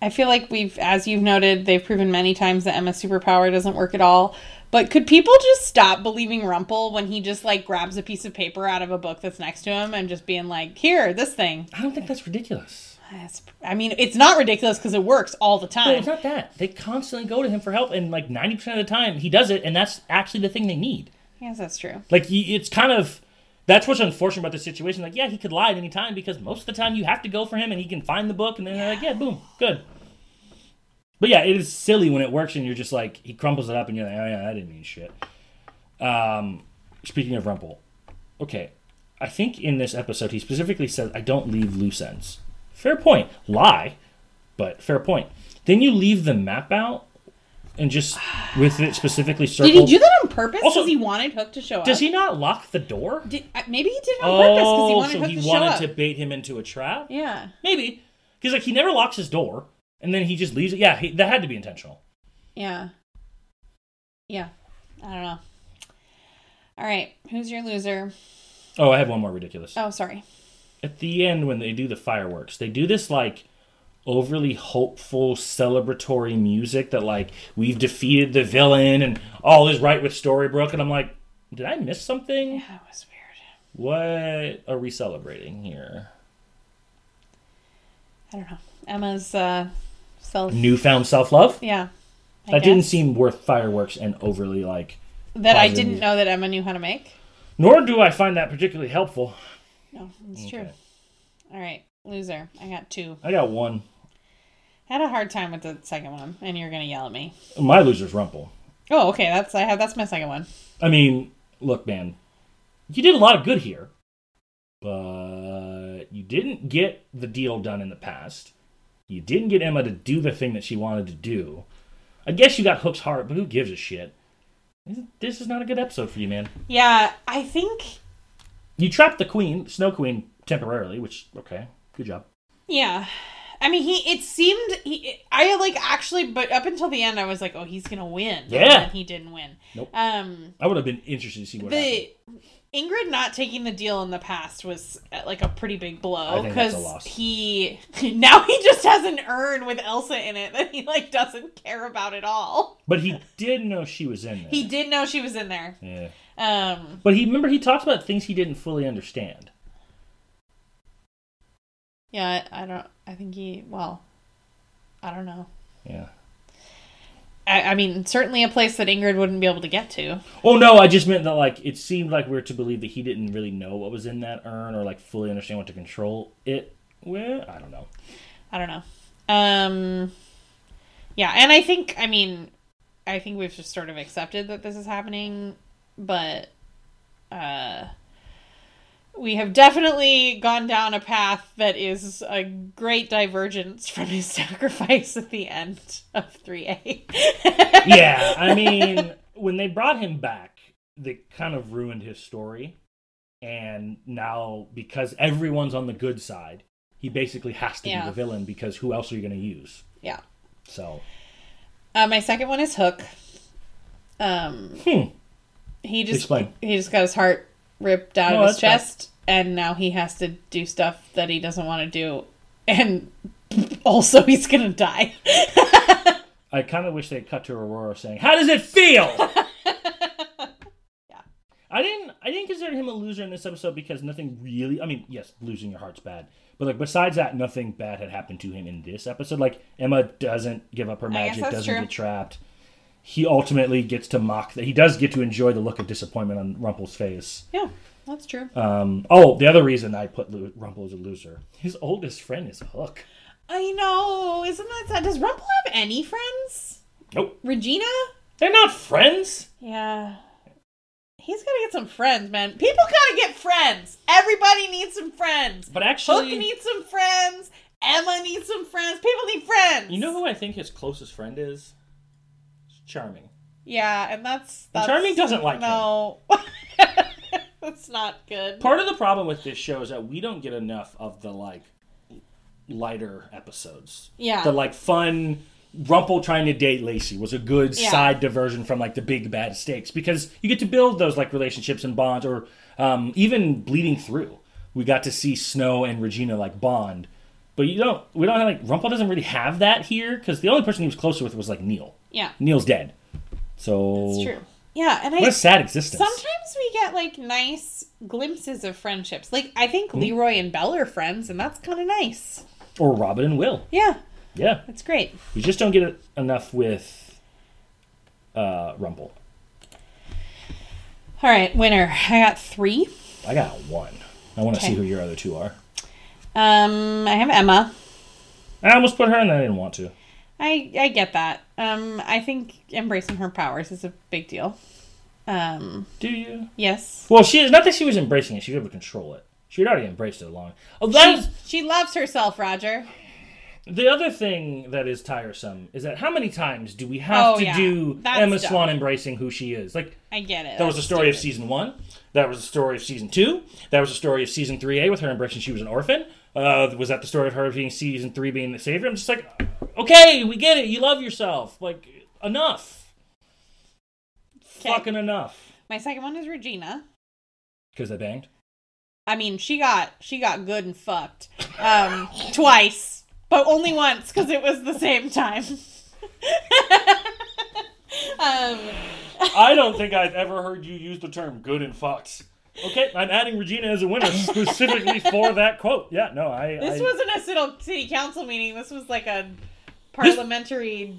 I feel like we've, as you've noted, they've proven many times that Emma's superpower doesn't work at all. But could people just stop believing Rumple when he just like grabs a piece of paper out of a book that's next to him and just being like, "Here, this thing."
I don't think that's ridiculous.
That's- I mean, it's not ridiculous because it works all the
Well,
time.
it's not that. They constantly go to him for help, and, like, 90% of the time, he does it, and that's actually the thing they need.
yes, that's true.
Like he, it's kind of that's what's unfortunate about this situation. Like, yeah, he could lie at any time because most of the time you have to go for him and he can find the book and then they're like, yeah, boom, good. But yeah, it is silly when it works and you're just like he crumples it up and you're like, oh yeah, that didn't mean shit. Um, speaking of Rumple, okay, I think in this episode he specifically says I don't leave loose ends. Fair point, lie, but fair point. Then you leave the map out and just with it specifically circled.
Did he do that on purpose?
Also-
Because he wanted Hook to show up.
Does he not lock the door?
Did, uh, maybe he did it on purpose because he
Oh,
wanted
so
Hook
he
to show
wanted
up.
to bait him into a trap?
Yeah.
Maybe. Because, like, he never locks his door, and then he just leaves it. Yeah, he, that had to be intentional.
Yeah. Yeah. I don't know. All right. Who's your loser?
Oh, I have one more ridiculous.
Oh, sorry. *sighs*
At the end, when they do the fireworks, they do this, like, overly hopeful, celebratory music that, like, we've defeated the villain and all is right with Storybrooke. And I'm like, did I miss something?
That was weird.
What are we celebrating here?
I don't know. Emma's uh, self.
Newfound self love?
Yeah. I
That didn't
guess.
seem worth fireworks and overly, like,
That I
positive
didn't
music.
know that Emma knew how to make.
Nor do I find that particularly helpful.
No, it's true.
Okay.
All right. Loser. I got two.
I got one.
I had a hard time with the second one, and you're gonna yell at me.
My loser's Rumple.
Oh, okay. That's I have. That's my second one.
I mean, look, man, you did a lot of good here, but you didn't get the deal done in the past. You didn't get Emma to do the thing that she wanted to do. I guess you got Hook's heart, but who gives a shit? This- This is not a good episode for you, man.
Yeah, I think.
You trapped the queen, Snow Queen, temporarily, which okay, good job.
Yeah, I mean, he. It seemed he. I like actually, but up until the end, I was like, oh, he's gonna win.
Yeah.
and he didn't win.
Nope.
Um,
I would have been interested to see what happened.
the Ingrid not taking the deal in the past was uh, like a pretty big
I
blow
think that's a
because
loss.
he *laughs* now he just has an urn with Elsa in it that he like doesn't care about at all.
But he did know she was in there.
He did know she was in there.
Yeah.
Um,
But he remember he talked about things he didn't fully understand.
yeah, I, I don't. I think he. Well, I don't know.
Yeah.
I, I mean, certainly a place that Ingrid wouldn't be able to get to.
Oh no, I just meant that like it seemed like we were to believe that he didn't really know what was in that urn or like fully understand what to control it with. I
*laughs*
don't know.
I don't know. Um, yeah, and I think I mean, I think we've just sort of accepted that this is happening, but uh, we have definitely gone down a path that is a great divergence *laughs* from his sacrifice at the end of three A.
Yeah, I mean, when they brought him back, they kind of ruined his story. And now because everyone's on the good side, he basically has to
Yeah.
be the villain because who else are you going to use?
yeah.
So,
Uh, my second one is Hook. Um,
hmm.
he just
Explain.
he just got his heart ripped out
No,
of his
that's fine.
chest and now he has to do stuff that he doesn't want to do and *laughs* also he's gonna die *laughs*
I kind of wish they had cut to Aurora saying, "How does it
*laughs*
feel?" I didn't. I didn't consider him a loser in this episode because nothing really. I mean, yes, losing your heart's bad, but like besides that, nothing bad had happened to him in this episode. Like Emma doesn't give up her
guess
magic,
that's
doesn't
true.
get trapped. He ultimately gets to mock that. He does get to enjoy the look of disappointment on Rumple's face.
yeah that's true
Um, oh, the other reason I put Lo- Rumple as a loser. His oldest friend is Hook.
i know isn't that sad does rumple have any friends
Nope,
regina
they're not friends.
yeah he's gotta get some friends man people gotta get friends everybody needs some friends
But
hook
actually,
needs some friends emma needs some friends people need friends
You know who I think his closest friend is? It's Charming.
Yeah, and that's,
And
that's
Charming doesn't like
no. *laughs* that's not good.
Part of the problem with this show is that we don't get enough of the like lighter episodes.
Yeah.
The
The,
like fun Rumple trying to date Lacey was a good
Yeah.
side diversion from like the big bad stakes because you get to build those like relationships and bonds or um, even bleeding through. We got to see Snow and Regina like bond, but you don't. We don't have like Rumple doesn't really have that here because the only person he was closer with was like Neil.
yeah,
Neil's dead, so
it's true. Yeah, and I
What a sad existence.
sometimes we get like nice glimpses of friendships. Like I think
Hmm?
Leroy and Belle are friends, and that's kind of nice.
or Robin and Will.
Yeah,
Yeah.
that's great.
You just don't get it enough with uh, Rumble.
All right, winner. I got three.
I got one. I want to
Okay.
see who your other two are.
Um, I have Emma.
I almost put her in, I didn't want to.
I I get that. Um, I think embracing her powers is a big deal. Um,
Do you?
yes.
Well, she is not that she was embracing it. She was able to control it. She had already embraced it long. Oh, that is
She loves herself, Roger.
the other thing that is tiresome is that how many times do we have
Oh,
to
yeah.
do
That's
Emma
dumb.
Swan embracing who she is? Like
I get it.
that was the story of season one. That was the story of season two. That was the story of season three A with her embracing she was an orphan. Uh, was that the story of her being season three being the savior? I'm just like, okay, we get it. You love yourself. Like enough,
Okay.
fucking enough.
My second one is Regina.
Because they banged.
I mean, she got she got good and fucked um, twice, but only once because it was the same time. *laughs* um,
I don't think I've ever heard you use the term good and fucked. Okay, I'm adding Regina as
*laughs*
a winner specifically for that quote. Yeah, no, I.
this
I,
wasn't a city- city council meeting. This was like a parliamentary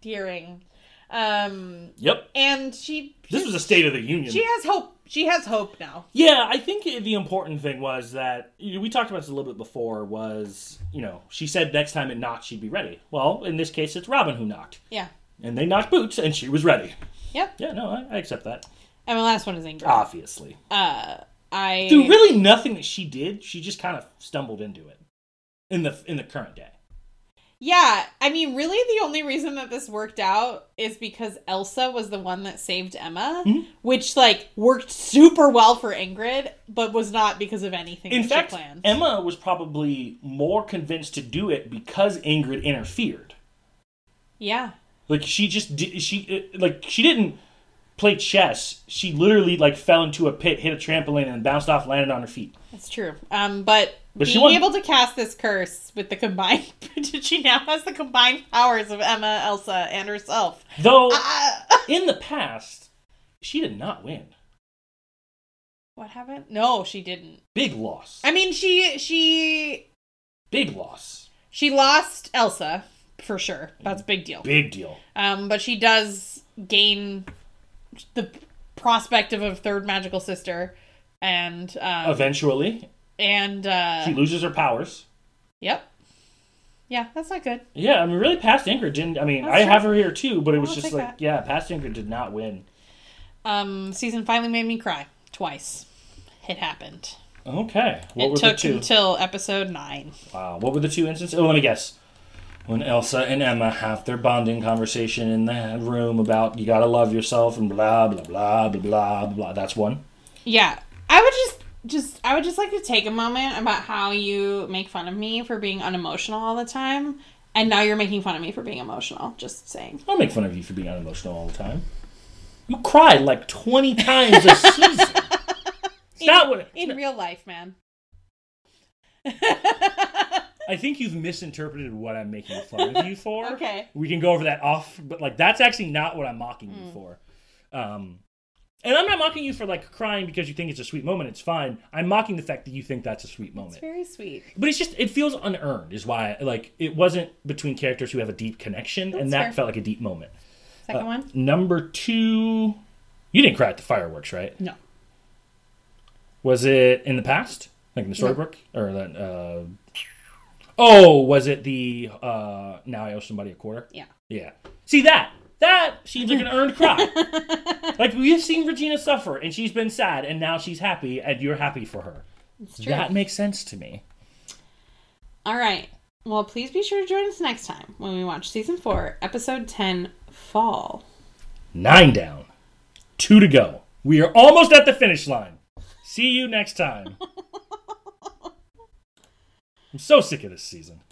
hearing. Um,
Yep.
and she
This was a State of the Union.
she has hope. She has hope now.
Yeah, I think the important thing was that you know, we talked about this a little bit before. Was you know she said next time it knocked she'd be ready. Well, in this case, it's Robin who knocked,
Yeah.
and they knocked boots, and she was ready.
Yep.
Yeah, no, I, I accept that.
And my last one is
Ah.
angry.
Obviously,
I
through really nothing that she did, she just kind of stumbled into it in the in the current day.
Yeah, I mean, really, the only reason that this worked out is because Elsa was the one that saved Emma,
Mm-hmm.
which like worked super well for Ingrid, but was not because of anything
In
that
fact,
she planned.
Emma was probably more convinced to do it because Ingrid interfered.
yeah,
Like she just did, she uh, like she didn't play chess. She literally like fell into a pit, hit a trampoline, and bounced off, landed on her feet.
that's true. Um, but,
But she
being
won.
able to cast this curse with the combined, *laughs* she now has the combined powers of Emma, Elsa, and herself. *laughs*
Though
Ah!
in the past, she did not win.
what happened? No, she didn't.
Big loss.
I mean, she she
Big loss.
she lost Elsa for sure. That's a big deal.
Big deal.
Um, but she does gain the prospect of a third magical sister, and uh,
Eventually,
and
she
uh,
loses her powers.
yep, yeah, that's not good.
Yeah, I mean, really, past Ingrid didn't. I mean,
That's
I
true.
have her here too, but it was
I'll
just
take
like,
that.
yeah, past Ingrid did not win.
Um, season finally made me cry twice. It happened.
Okay, what were
it
the
took
two?
until episode nine.
wow, Uh, what were the two instances? Oh, let me guess. When Elsa and Emma have their bonding conversation in the room about you gotta love yourself and blah blah blah blah blah blah. That's one.
Yeah, I would just. Just, I would just like to take a moment about how you make fun of me for being unemotional all the time, and now you're making fun of me for being emotional. Just saying.
I'll make fun of you for being unemotional all the time. You cried like twenty times a season. It's not what.
In real life, man.
I think you've misinterpreted what I'm making fun of you for.
Okay.
We can go over that off, but like that's actually not what I'm mocking you for. Um, and I'm not mocking you for like crying because you think it's a sweet moment. It's fine. I'm mocking the fact that you think that's a sweet moment.
It's very sweet.
but it's just it feels unearned is why like it wasn't between characters who have a deep connection
That's
and that
fair.
felt like a deep moment.
Second one?
Number 2 You didn't cry at the fireworks, right?
No.
Was it in the past, like in the storybook, or the? Uh, oh, was it the? Uh, now I owe somebody a quarter.
Yeah.
Yeah. See that? That seems like an earned
*laughs*
cry. like we've seen Regina suffer, and she's been sad, and now she's happy, and you're happy for her.
It's true.
That makes sense to me.
All right. Well, please be sure to join us next time when we watch season four, episode 10, Fall. *laughs*
Nine down, two to go. We are almost at the finish line. See you next time. I'm so sick of this season.